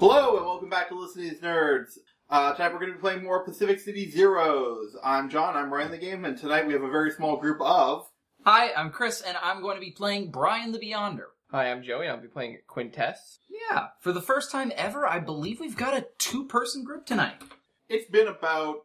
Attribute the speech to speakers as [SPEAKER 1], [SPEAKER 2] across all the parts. [SPEAKER 1] Hello and welcome back to Listening to These Nerds. Uh, tonight we're going to be playing more Pacific City Zeros. I'm John, I'm running the game, and tonight we have a very small group of.
[SPEAKER 2] Hi, I'm Chris, and I'm going to be playing Brian the Beyonder.
[SPEAKER 3] Hi, I'm Joey, and I'll be playing Quintess.
[SPEAKER 2] Yeah, for the first time ever, I believe we've got a two person group tonight.
[SPEAKER 1] It's been about,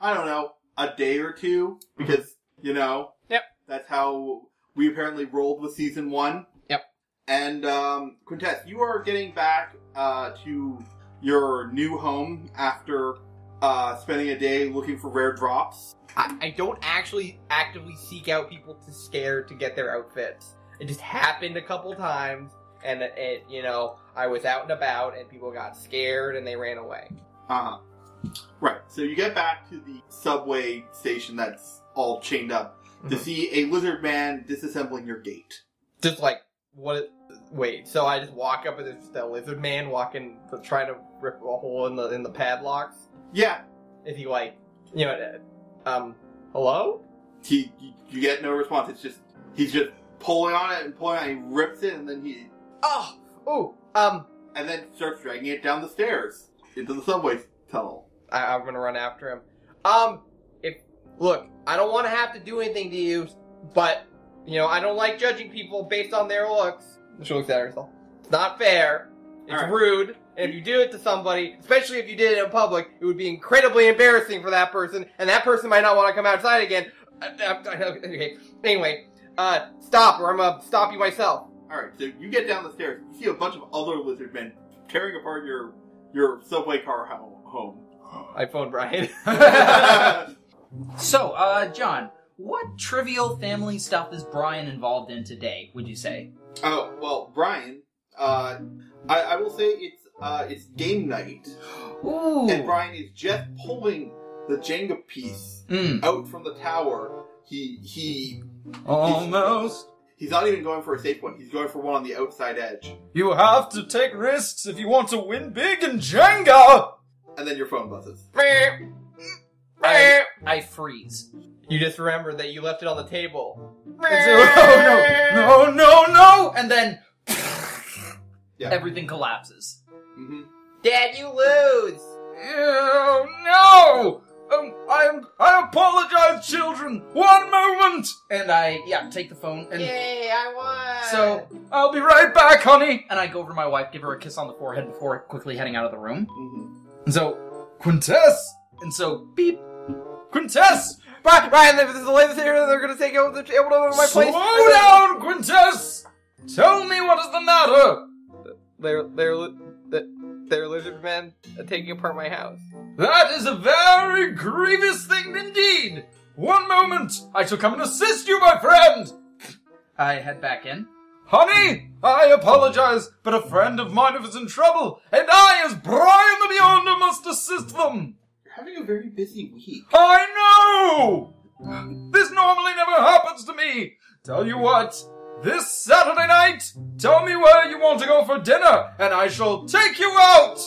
[SPEAKER 1] I don't know, a day or two, because, you know.
[SPEAKER 3] Mm-hmm. Yep.
[SPEAKER 1] That's how we apparently rolled with season one.
[SPEAKER 3] Yep.
[SPEAKER 1] And, um, Quintess, you are getting back uh, to your new home after uh, spending a day looking for rare drops.
[SPEAKER 3] I, I don't actually actively seek out people to scare to get their outfits. It just happened a couple times, and it, it you know, I was out and about, and people got scared and they ran away.
[SPEAKER 1] Uh huh. Right. So you get back to the subway station that's all chained up to
[SPEAKER 3] Mhm.
[SPEAKER 1] see a lizard man disassembling your gate.
[SPEAKER 3] Just like what? Wait, so I just walk up and there's just a lizard man walking, trying to rip a hole in the in the padlocks.
[SPEAKER 1] Yeah.
[SPEAKER 3] If he like, you know, uh, um, hello?
[SPEAKER 1] He. You get no response. It's just he's just pulling on it and pulling on. It, he rips it and then he
[SPEAKER 3] Oh, oh, um,
[SPEAKER 1] and then starts dragging it down the stairs into the subway tunnel.
[SPEAKER 3] I, I'm gonna run after him. Um, if look, I don't want to have to do anything to you, but you know I don't like judging people based on their looks. She looks at herself. It's not fair. It's
[SPEAKER 1] Alright.
[SPEAKER 3] rude. And if you do it to somebody, especially if you did it in public, it would be incredibly embarrassing for that person, and that person might not want to come outside again. Uh, uh, Okay. Anyway, uh, stop, or I'm gonna stop you myself.
[SPEAKER 1] All right. So you get down the stairs. You see a bunch of other lizard men tearing apart your your subway car ho- home.
[SPEAKER 3] I phoned Brian.
[SPEAKER 2] So, uh, John, what trivial family stuff is Brian involved in today, would you say?
[SPEAKER 1] Oh well, Brian. Uh, I, I will say it's uh, it's game night,
[SPEAKER 2] Ooh.
[SPEAKER 1] and Brian is just pulling the Jenga piece
[SPEAKER 2] Mm.
[SPEAKER 1] out from the tower. He he
[SPEAKER 2] Hmm, Almost.
[SPEAKER 1] he's not even going for a safe one. He's going for one on the outside edge,
[SPEAKER 4] You have to take risks if you want to win big in Jenga!
[SPEAKER 1] and then your phone buzzes.
[SPEAKER 2] I, I freeze.
[SPEAKER 3] you just remember that you left it on the table.
[SPEAKER 4] It's- oh, no, no, no, no!
[SPEAKER 2] And then
[SPEAKER 1] Yeah.
[SPEAKER 2] everything collapses.
[SPEAKER 1] hmm
[SPEAKER 3] Dad, you lose.
[SPEAKER 4] Ew, no! Um, I, I apologize, children! One moment!
[SPEAKER 2] And I, yeah, take the phone and.
[SPEAKER 3] Yay, I won!
[SPEAKER 2] So,
[SPEAKER 4] I'll be right back, honey!
[SPEAKER 2] and I go over to my wife, give her a kiss on the forehead before quickly heading out of the room.
[SPEAKER 1] hmm
[SPEAKER 2] And so,
[SPEAKER 4] Quintess!
[SPEAKER 2] and so, beep,
[SPEAKER 4] Quintess!
[SPEAKER 3] Brian, Ryan, there's a lady here. They're gonna take over the table over my
[SPEAKER 4] Slow
[SPEAKER 3] place.
[SPEAKER 4] down, Quintess! Tell me what is the matter!
[SPEAKER 3] They're they're li- they're, they're lizard men uh, taking apart my house.
[SPEAKER 4] That is a very grievous thing indeed! One moment! I shall come and assist you, my friend!
[SPEAKER 2] I head back in.
[SPEAKER 4] Honey, I apologize, but a friend of mine is in trouble, and I, as Brian the Beyonder, must assist them.
[SPEAKER 1] You're having a very busy week.
[SPEAKER 4] I know! This normally never happens to me. Tell you what, this Saturday night, tell me where you want to go for dinner, and I shall take you out!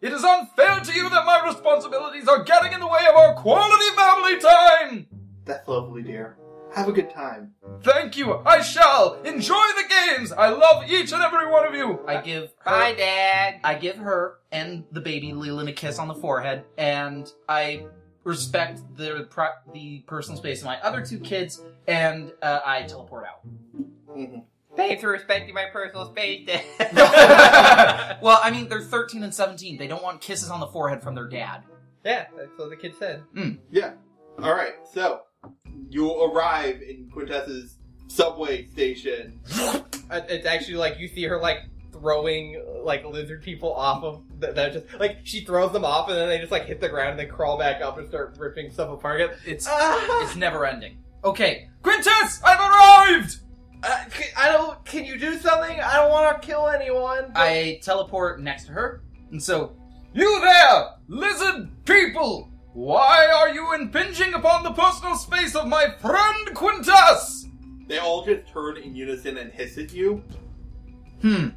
[SPEAKER 4] It is unfair to you that my responsibilities are getting in the way of our quality family time!
[SPEAKER 1] That's lovely, dear. Have a good time.
[SPEAKER 4] Thank you, I shall! Enjoy the games! I love each and every one of you!
[SPEAKER 2] I give her,
[SPEAKER 3] Bye, Dad.
[SPEAKER 2] I give her and the baby Leland a kiss on the forehead, and I respect the pri- the personal space of my other two kids, and uh, I teleport out.
[SPEAKER 1] Mhm.
[SPEAKER 3] Thanks for respecting my personal space, Dad.
[SPEAKER 2] well, I mean, they're 13 and 17. They don't want kisses on the forehead from their dad.
[SPEAKER 3] yeah, that's what the kid said.
[SPEAKER 1] All right, so you arrive in Quintess's subway station.
[SPEAKER 3] Uh, It's actually like you see her like throwing like lizard people off of that that just like she throws them off and then they just like hit the ground and then crawl back up and start ripping stuff apart again.
[SPEAKER 2] It's
[SPEAKER 3] Ah!
[SPEAKER 2] it's never ending. Okay,
[SPEAKER 4] Quintus, I've arrived!
[SPEAKER 3] Uh, c I don't. Can you do something? I don't want to kill anyone. but-
[SPEAKER 2] I teleport next to her, and so
[SPEAKER 4] You there, lizard people! Why are you impinging upon the personal space of my friend Quintus?
[SPEAKER 1] They all just turn in unison and hiss at you.
[SPEAKER 2] hmm.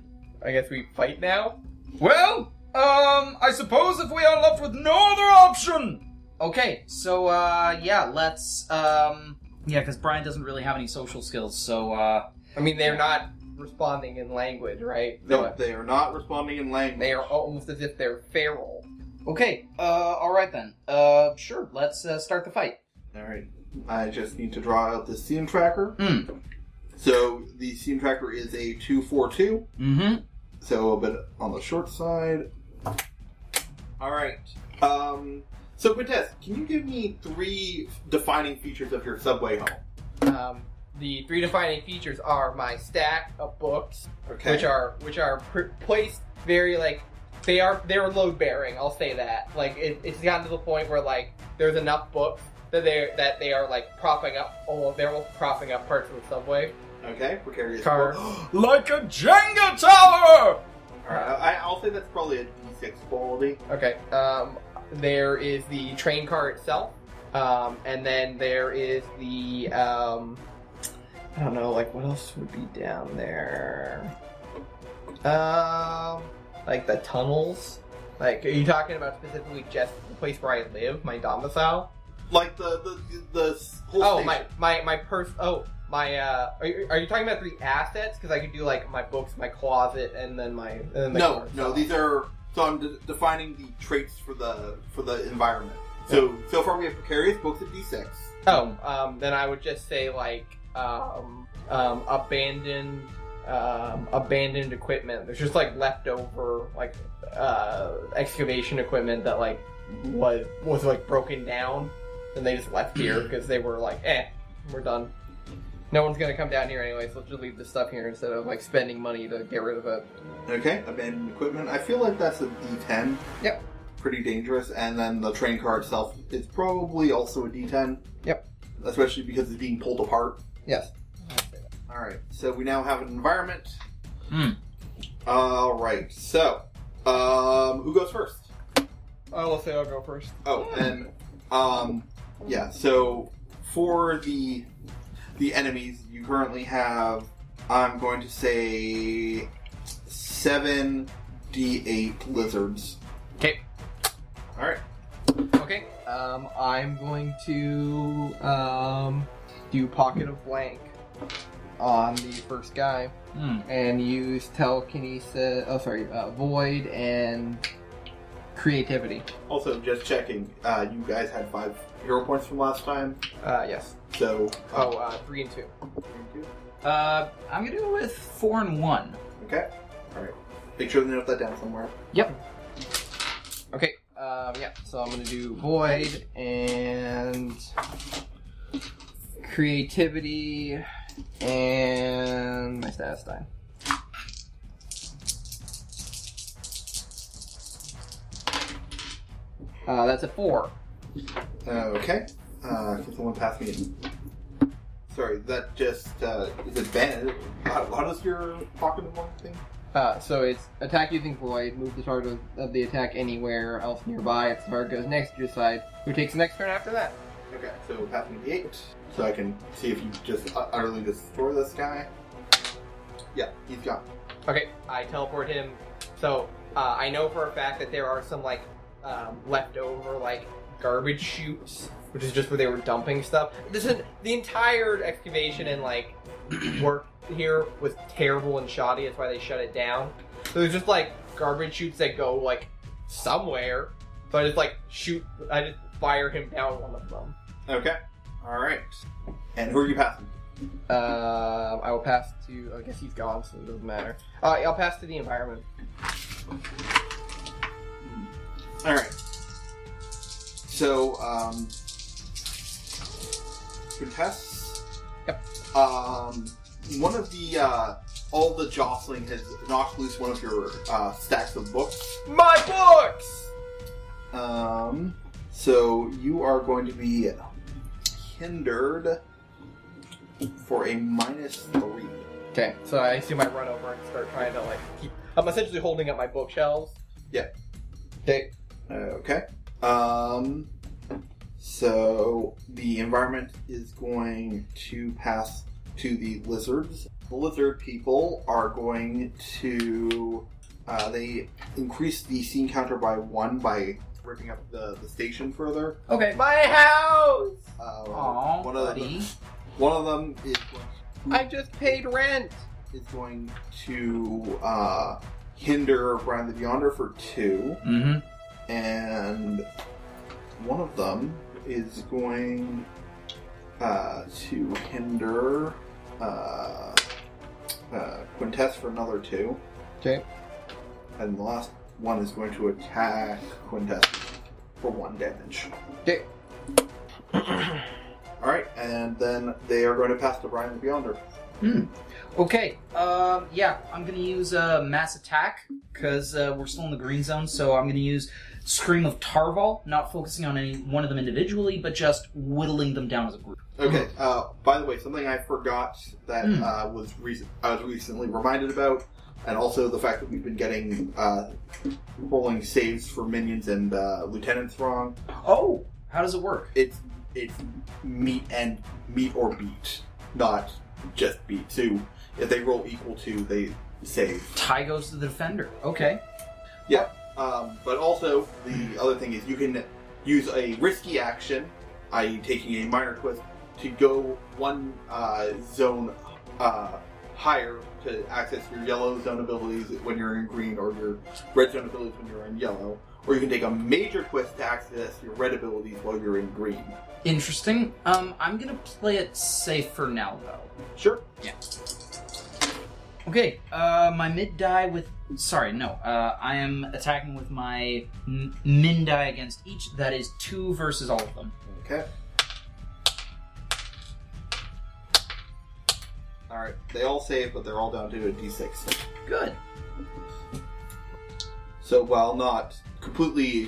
[SPEAKER 3] I guess we fight now.
[SPEAKER 4] Well, um, I suppose if we are left with no other option.
[SPEAKER 2] Okay, so uh, yeah, let's um, yeah, because Brian doesn't really have any social skills, so uh,
[SPEAKER 3] I mean, they're not responding in language, right?
[SPEAKER 1] No, they are not responding in language.
[SPEAKER 3] They are almost as if they're feral.
[SPEAKER 2] Okay. Uh, all right then. Uh, sure. Let's uh, start the fight.
[SPEAKER 1] All right. I just need to draw out the scene tracker.
[SPEAKER 2] Hmm.
[SPEAKER 1] So the scene tracker is a two four two.
[SPEAKER 2] Mm-hmm.
[SPEAKER 1] So a bit on the short side. All right. Um. So Quintess, can you give me three defining features of your subway home?
[SPEAKER 3] Um, the three defining features are my stack of books,
[SPEAKER 1] Okay.
[SPEAKER 3] which are which are pr- placed very like they are they're load bearing. I'll say that. Like it, it's gotten to the point where like there's enough books that they are that they are like propping up all they're all propping up parts of the subway.
[SPEAKER 1] okay. Precarious
[SPEAKER 3] Car.
[SPEAKER 1] All
[SPEAKER 4] Like a Jenga tower!
[SPEAKER 1] right. I, I'll say that's probably a D six quality.
[SPEAKER 3] Okay. Um, there is the train car itself, um, and then there is the um, I don't know, like what else would be down there? Um, like the tunnels. Like, are you talking about specifically just the place where I live, my domicile?
[SPEAKER 1] Like the the the, the whole
[SPEAKER 3] Oh,
[SPEAKER 1] station.
[SPEAKER 3] my my my purse. Oh, my. uh Are you, are you talking about three assets? Because I could do like my books, my closet, and then my. And then my
[SPEAKER 1] No,
[SPEAKER 3] car
[SPEAKER 1] no.
[SPEAKER 3] itself.
[SPEAKER 1] These are so I'm de- defining the traits for the for the environment. So so far we have precarious books at D six.
[SPEAKER 3] Oh, um, then I would just say like um, um, abandoned um, abandoned equipment. There's just like leftover like uh, excavation equipment that like was was like broken down, and they just left here because they were like, eh, we're done. No one's gonna come down here anyway, so let's just leave this stuff here instead of like spending money to get rid of it.
[SPEAKER 1] Okay, abandoned equipment. I feel like that's a D10.
[SPEAKER 3] Yep.
[SPEAKER 1] Pretty dangerous. And then the train car itself is probably also a D10.
[SPEAKER 3] Yep.
[SPEAKER 1] Especially because it's being pulled apart.
[SPEAKER 3] Yes.
[SPEAKER 1] All right. So we now have an environment.
[SPEAKER 2] Hmm.
[SPEAKER 1] All right. So, um, who goes first?
[SPEAKER 3] I will say I'll go first.
[SPEAKER 1] Oh, and um, yeah. So for the the enemies, you currently have. I'm going to say seven d8 lizards.
[SPEAKER 2] 'Kay.
[SPEAKER 1] All right.
[SPEAKER 3] Okay. Um, I'm going to um, do pocket of blank on the first guy
[SPEAKER 2] Mm.
[SPEAKER 3] and use telekinesis. Oh, sorry, uh, void and creativity.
[SPEAKER 1] Also, just checking. Uh, you guys had five hero points from last time,
[SPEAKER 3] Uh, yes.
[SPEAKER 1] so
[SPEAKER 3] Oh, uh, three and two.
[SPEAKER 2] Uh, I'm gonna go with four and one.
[SPEAKER 1] okay. All right. Make sure to note that down somewhere.
[SPEAKER 3] Okay. Um, yeah. So I'm gonna do void and creativity and my status die. Uh, that's a four.
[SPEAKER 1] Okay. Uh, can someone pass me? Sorry, that just uh, is it banned? How, how does your pocket of one thing?
[SPEAKER 3] Uh, so it's attack using void, move the target of, of the attack anywhere else nearby. If the target goes next to your side, who takes the next turn after that?
[SPEAKER 1] Okay, so pass me the eight, so I can see if you just ut- utterly destroy this guy. Yeah, he's gone.
[SPEAKER 3] Okay, I teleport him. So uh, I know for a fact that there are some like um, leftover like garbage chutes, which is just where they were dumping stuff. This is the entire excavation and like work here was terrible and shoddy. That's why they shut it down. So there's just like garbage chutes that go like somewhere. So I just like shoot. I just fire him down one of them.
[SPEAKER 1] Okay. All right. And who are you passing?
[SPEAKER 3] Um, I will pass to. I guess he's gone, so it doesn't matter. Uh, I'll pass to the environment.
[SPEAKER 1] All right. So, um, Quintess.
[SPEAKER 3] Yep.
[SPEAKER 1] Um, one of the uh, all the jostling has knocked loose one of your uh, stacks of books.
[SPEAKER 3] My books.
[SPEAKER 1] Um, so you are going to be hindered for a minus three.
[SPEAKER 3] Okay, so I assume I run over and start trying to like keep. I'm essentially holding up my bookshelves.
[SPEAKER 1] Yeah.
[SPEAKER 3] Okay.
[SPEAKER 1] Okay. Um, so the environment is going to pass to the lizards. The lizard people are going to. Uh, they increase the scene counter by one by ripping up the, the station further.
[SPEAKER 2] Okay.
[SPEAKER 3] My house.
[SPEAKER 1] Uh,
[SPEAKER 2] Aw,
[SPEAKER 1] one of
[SPEAKER 2] buddy.
[SPEAKER 1] them. One of them is.
[SPEAKER 3] I just paid rent.
[SPEAKER 1] is going to uh, hinder Brian the Beyonder for two,
[SPEAKER 2] Mm-hmm.
[SPEAKER 1] and one of them is going uh, to hinder uh, uh, Quintess for another two.
[SPEAKER 3] Okay.
[SPEAKER 1] And the last one is going to attack Quintess for one damage.
[SPEAKER 3] Okay.
[SPEAKER 1] Alright, and then they are going to pass to Brian the Beyonder.
[SPEAKER 2] Okay. Um. Yeah, I'm gonna use uh, mass attack because uh, we're still in the green zone. So I'm gonna use scream of Tarval, not focusing on any one of them individually, but just whittling them down as a group.
[SPEAKER 1] Okay. Uh, by the way, something I forgot that
[SPEAKER 2] Hmm.
[SPEAKER 1] uh, was re- I was recently reminded about, and also the fact that we've been getting uh, rolling saves for minions and uh, lieutenants wrong.
[SPEAKER 2] Oh, how does it work?
[SPEAKER 1] It's it's meet and meet or beat, not just beat. So if they roll equal to, they save.
[SPEAKER 2] Tie goes to the defender. Okay.
[SPEAKER 1] Um, but also, the other thing is you can use a risky action, i.e., taking a minor twist, to go one uh, zone uh, higher to access your yellow zone abilities when you're in green, or your red zone abilities when you're in yellow. Or you can take a major twist to access your red abilities while you're in green.
[SPEAKER 2] Interesting. Um, I'm gonna play it safe for now though.
[SPEAKER 1] Sure.
[SPEAKER 2] Okay. Uh, my mid die with sorry no. Uh, I am attacking with my m- min die against each. That is two versus all of them.
[SPEAKER 1] Okay. All right. They all save, but they're all down to a d6.
[SPEAKER 2] Good.
[SPEAKER 1] So while not completely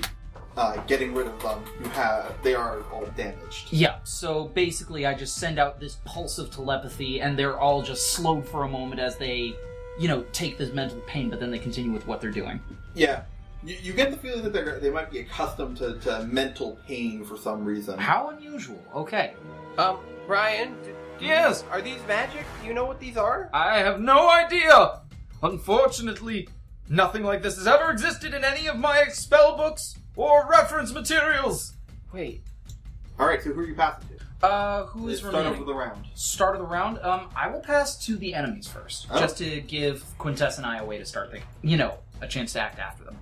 [SPEAKER 1] uh, getting rid of them, you have they are all damaged.
[SPEAKER 2] Yeah, so basically, I just send out this pulse of telepathy, and they're all just slowed for a moment as they, you know, take this mental pain, but then they continue with what they're doing.
[SPEAKER 1] Yeah, you, you get the feeling that they they might be accustomed to, to mental pain for some reason.
[SPEAKER 2] How unusual. Okay.
[SPEAKER 3] Um, Brian, d-
[SPEAKER 4] Yes,
[SPEAKER 3] are these magic? Do you know what these are?
[SPEAKER 4] I have no idea. Unfortunately, nothing like this has ever existed in any of my spell books or reference materials.
[SPEAKER 2] Wait.
[SPEAKER 1] All right, so who are you passing to?
[SPEAKER 2] Uh, who is
[SPEAKER 1] Start
[SPEAKER 2] remaining?
[SPEAKER 1] over the round.
[SPEAKER 2] Start of the round. Um, I will pass to the enemies first,
[SPEAKER 1] Oh.
[SPEAKER 2] just to give Quintess and I a way to start thinking. You know, a chance to act after them.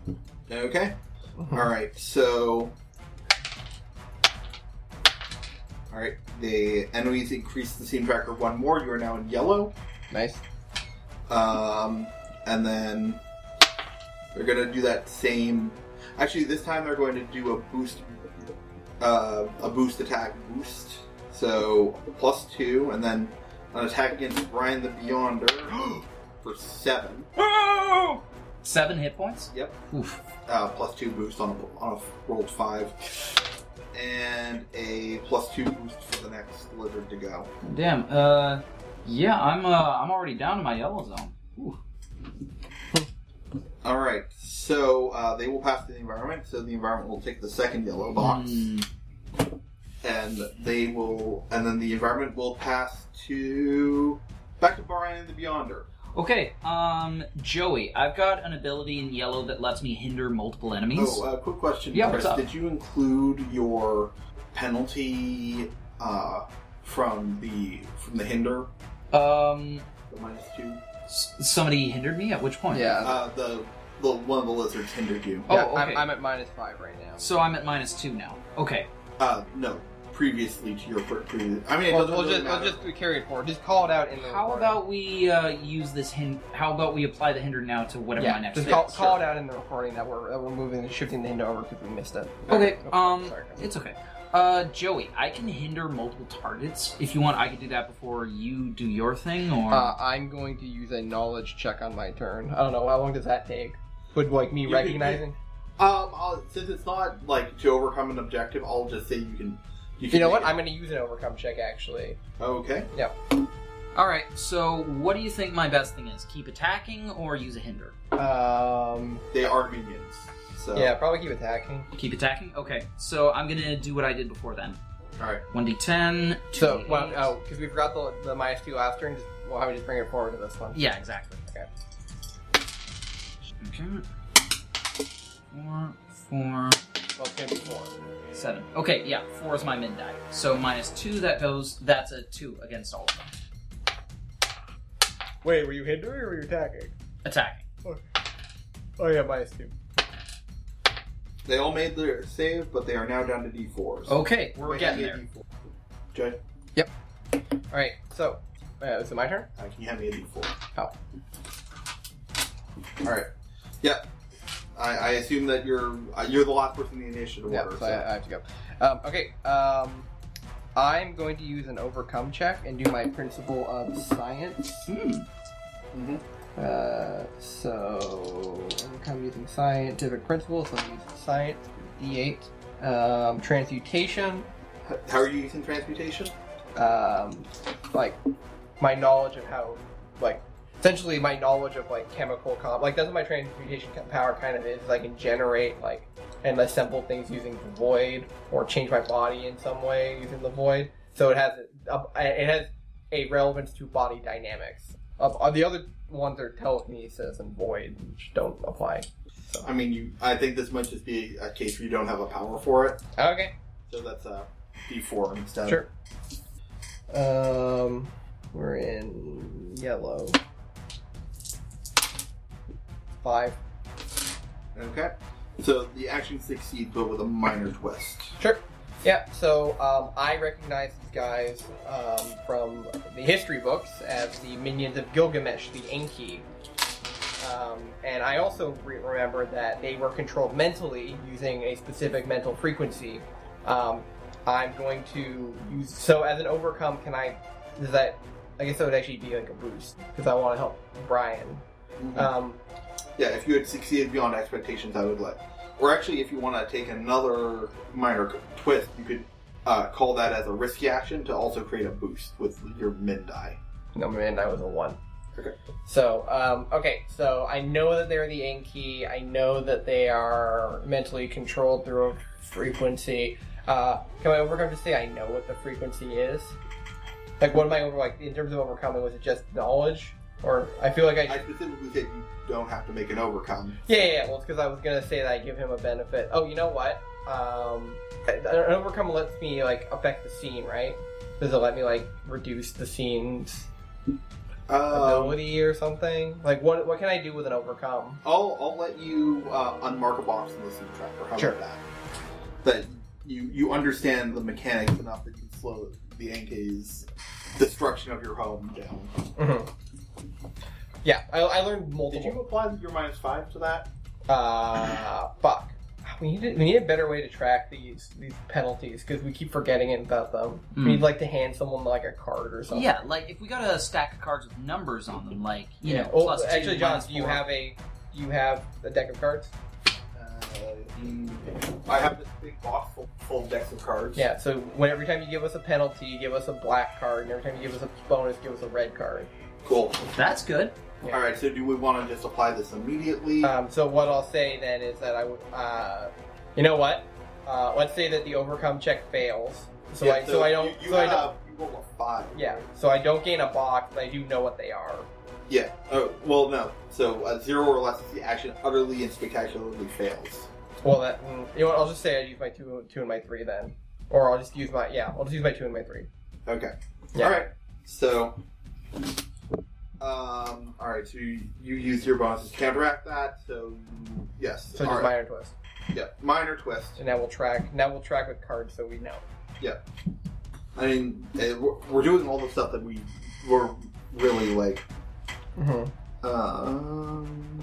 [SPEAKER 1] Okay.
[SPEAKER 3] Hmm.
[SPEAKER 1] All right. So. All right. The enemies increase the scene tracker one more. You are now in yellow.
[SPEAKER 3] Nice.
[SPEAKER 1] Um, and then they're going to do that same. Actually, this time they're going to do a boost, uh, a boost attack boost. So plus two, and then an attack against Brian the Beyonder for seven.
[SPEAKER 4] Oh!
[SPEAKER 2] Seven hit points.
[SPEAKER 1] Yep.
[SPEAKER 2] Oof.
[SPEAKER 1] Uh, plus two boost on a, on a rolled five, and a plus two boost for the next lizard to go.
[SPEAKER 2] Damn. Uh, yeah, I'm. Uh, I'm already down to my yellow zone. Ooh.
[SPEAKER 1] All right, so uh, they will pass to the environment. So the environment will take the second yellow box.
[SPEAKER 2] Hmm.
[SPEAKER 1] and they will, and then the environment will pass to back to Brian the Beyonder.
[SPEAKER 2] Okay, um, Joey, I've got an ability in yellow that lets me hinder multiple enemies.
[SPEAKER 1] Oh, uh, quick question,
[SPEAKER 2] Yeah,
[SPEAKER 1] Chris.
[SPEAKER 2] what's up?
[SPEAKER 1] Did you include your penalty uh, from the from the hinder,
[SPEAKER 2] Um,
[SPEAKER 1] the minus two?
[SPEAKER 2] s- somebody hindered me. At which point?
[SPEAKER 3] Yeah.
[SPEAKER 1] Uh, the the one of the lizards hindered you.
[SPEAKER 2] Oh,
[SPEAKER 3] yeah,
[SPEAKER 2] okay.
[SPEAKER 3] I'm, I'm at minus five right now.
[SPEAKER 2] So I'm at minus two now. Okay.
[SPEAKER 1] Uh, no, previously to your pre- previous. I mean, it
[SPEAKER 3] We'll,
[SPEAKER 1] doesn't
[SPEAKER 3] we'll
[SPEAKER 1] really
[SPEAKER 3] just we'll
[SPEAKER 1] matter.
[SPEAKER 3] just we carry it forward. Just call it out in the.
[SPEAKER 2] How
[SPEAKER 3] recording.
[SPEAKER 2] about we uh, use this hind? How about we apply the hinder now to whatever
[SPEAKER 3] yeah,
[SPEAKER 2] my next?
[SPEAKER 3] just
[SPEAKER 2] hit?
[SPEAKER 3] call, call it out in the recording that we're that we're moving shifting the into over because we missed it.
[SPEAKER 2] Okay. Um,
[SPEAKER 3] Oh, Sorry.
[SPEAKER 2] it's okay. Uh, Joey, I can hinder multiple targets. If you want, I could do that before you do your thing, or
[SPEAKER 3] Uh, I'm going to use a knowledge check on my turn. I don't know how long does that take. Would like me
[SPEAKER 1] You could-
[SPEAKER 3] recognizing?
[SPEAKER 1] um, I'll, since it's not like to overcome an objective, I'll just say you can. You, can
[SPEAKER 3] You know
[SPEAKER 1] make
[SPEAKER 3] what? I'm going to use an overcome check actually.
[SPEAKER 1] it. okay.
[SPEAKER 2] all right. So, what do you think my best thing is? Keep attacking or use a hinder?
[SPEAKER 3] Um,
[SPEAKER 1] They are minions. So
[SPEAKER 3] yeah, probably keep attacking.
[SPEAKER 2] Keep attacking. Okay. So I'm gonna do what I did before then.
[SPEAKER 1] All right.
[SPEAKER 2] One d ten.
[SPEAKER 3] So, well, oh, because we forgot the, the minus two last turn. Just, well, how we just bring it forward to this one?
[SPEAKER 2] Yeah, exactly.
[SPEAKER 3] Okay.
[SPEAKER 2] Okay. Four, four,
[SPEAKER 3] Well, it's gonna be four.
[SPEAKER 2] seven. Okay, yeah, four is my min die. So minus two, that goes. That's a two against all of them.
[SPEAKER 5] Wait, were you hindering or were you attacking?
[SPEAKER 2] Attacking.
[SPEAKER 5] Oh yeah, minus two.
[SPEAKER 1] They all made their save, but they are now down to d4s.
[SPEAKER 3] Oh,
[SPEAKER 2] Okay, we're
[SPEAKER 1] Wait,
[SPEAKER 2] getting
[SPEAKER 1] yeah,
[SPEAKER 2] there.
[SPEAKER 1] D4. Judge,
[SPEAKER 3] Alright, so. Uh, is it my turn?
[SPEAKER 1] uh, can you hand me a d4?
[SPEAKER 3] Oh.
[SPEAKER 1] Alright. Yep. I, I assume that you're uh, you're the last person in the initiative
[SPEAKER 3] Yeah,
[SPEAKER 1] order.
[SPEAKER 3] so I, I have to go. Um, okay, um, I'm going to use an overcome check and do my principle of science.
[SPEAKER 1] Hmm.
[SPEAKER 3] Mm-hmm.
[SPEAKER 1] Mhm.
[SPEAKER 3] Uh, so overcome using scientific principles. So I'm using science D8. Um, transmutation,
[SPEAKER 1] H- How are you using transmutation?
[SPEAKER 3] um, like my knowledge of how, like. Essentially, my knowledge of like chemical comp, like that's what my transmutation co- power kind of is. is I can generate like and assemble things using the void or change my body in some way using the void. So it has a, it has a relevance to body dynamics. Of of the other ones are telekinesis and void, which don't apply.
[SPEAKER 1] I mean, you. I think this might just be a case where you don't have a power for it,
[SPEAKER 3] Okay,
[SPEAKER 1] so that's a d4 instead.
[SPEAKER 3] sure. Um, we're in yellow. Five.
[SPEAKER 1] Okay. So the action succeeds, but with a minor twist.
[SPEAKER 3] Sure. Yeah, so um, I recognize these guys um, from the history books as the minions of Gilgamesh, the Enki. Um, and I also re- remember that they were controlled mentally using a specific mental frequency. Um, I'm going to use. So, as an overcome, can I. Does that. I guess that would actually be like a boost, because I want to help Brian. Um,
[SPEAKER 1] Yeah, if you had succeeded beyond expectations, I would let. Or actually, if you want to take another minor c- twist, you could uh, call that as a risky action to also create a boost with your min die.
[SPEAKER 3] No, man, I was a one.
[SPEAKER 1] Okay.
[SPEAKER 3] So, um, okay, so I know that they're the Enki. I know that they are mentally controlled through a frequency. Uh, can I overcome to say I know what the frequency is? Like, what am I over, like, in terms of overcoming, was it just knowledge? Or, I feel like I.
[SPEAKER 1] I specifically said you don't have to make an overcome.
[SPEAKER 3] yeah, yeah, yeah, well, it's because I was gonna say that I give him a benefit. Oh, you know what? Um, an overcome lets me, like, affect the scene, right? Does it let me, like, reduce the scene's
[SPEAKER 1] Um,
[SPEAKER 3] ability or something? Like, what what can I do with an overcome?
[SPEAKER 1] I'll, I'll let you uh, unmark a box in the scene tracker. How
[SPEAKER 3] Sure.
[SPEAKER 1] about that? But you, you understand the mechanics enough that you can slow the Yankees' destruction of your home down.
[SPEAKER 3] Yeah, I, I learned
[SPEAKER 1] Did
[SPEAKER 3] multiple.
[SPEAKER 1] you apply your minus five to that?
[SPEAKER 3] Uh, fuck. We need, to, we need a better way to track these these penalties because we keep forgetting it about them.
[SPEAKER 2] Mm.
[SPEAKER 3] We need like to hand someone like a card or something.
[SPEAKER 2] Yeah, like if we got a stack of cards with numbers on them, like you know,
[SPEAKER 3] Oh,
[SPEAKER 2] plus two,
[SPEAKER 3] actually, John,
[SPEAKER 2] minus
[SPEAKER 3] do you
[SPEAKER 2] four.
[SPEAKER 3] have a do you have a deck of cards? Uh,
[SPEAKER 1] I have this big box full, full of decks of cards.
[SPEAKER 3] Yeah. So when every time you give us a penalty, you give us a black card, and every time you give us a bonus, give us a red card.
[SPEAKER 1] Cool.
[SPEAKER 2] That's good.
[SPEAKER 3] Yeah.
[SPEAKER 1] All right. So do we want to just apply this immediately?
[SPEAKER 3] Um, so what I'll say then is that I would, uh, you know what? Uh, let's say that the overcome check fails. So
[SPEAKER 1] Yeah,
[SPEAKER 3] I so, I don't
[SPEAKER 1] You, you
[SPEAKER 3] so I
[SPEAKER 1] have,
[SPEAKER 3] don't
[SPEAKER 1] you roll a five.
[SPEAKER 3] Yeah, so I don't gain a box, but I do know what they are.
[SPEAKER 1] Yeah. Oh well, no. So uh, zero or less is the action utterly and spectacularly fails.
[SPEAKER 3] Well, that mm, you know what? I'll just say I use my two, two and my three then, or I'll just use my yeah, I'll just use my two and my three.
[SPEAKER 1] Okay.
[SPEAKER 3] Yeah.
[SPEAKER 1] All right. So. Um. All right. So you, you use your bonuses to counteract that. So yes.
[SPEAKER 3] So
[SPEAKER 1] all
[SPEAKER 3] just
[SPEAKER 1] right.
[SPEAKER 3] minor twist,
[SPEAKER 1] Yeah. Minor twist.
[SPEAKER 3] and now we'll track. Now we'll track with cards, so we know.
[SPEAKER 1] I mean, eh, we're, we're doing all the stuff that we were really like
[SPEAKER 3] Mm-hmm.
[SPEAKER 1] Um,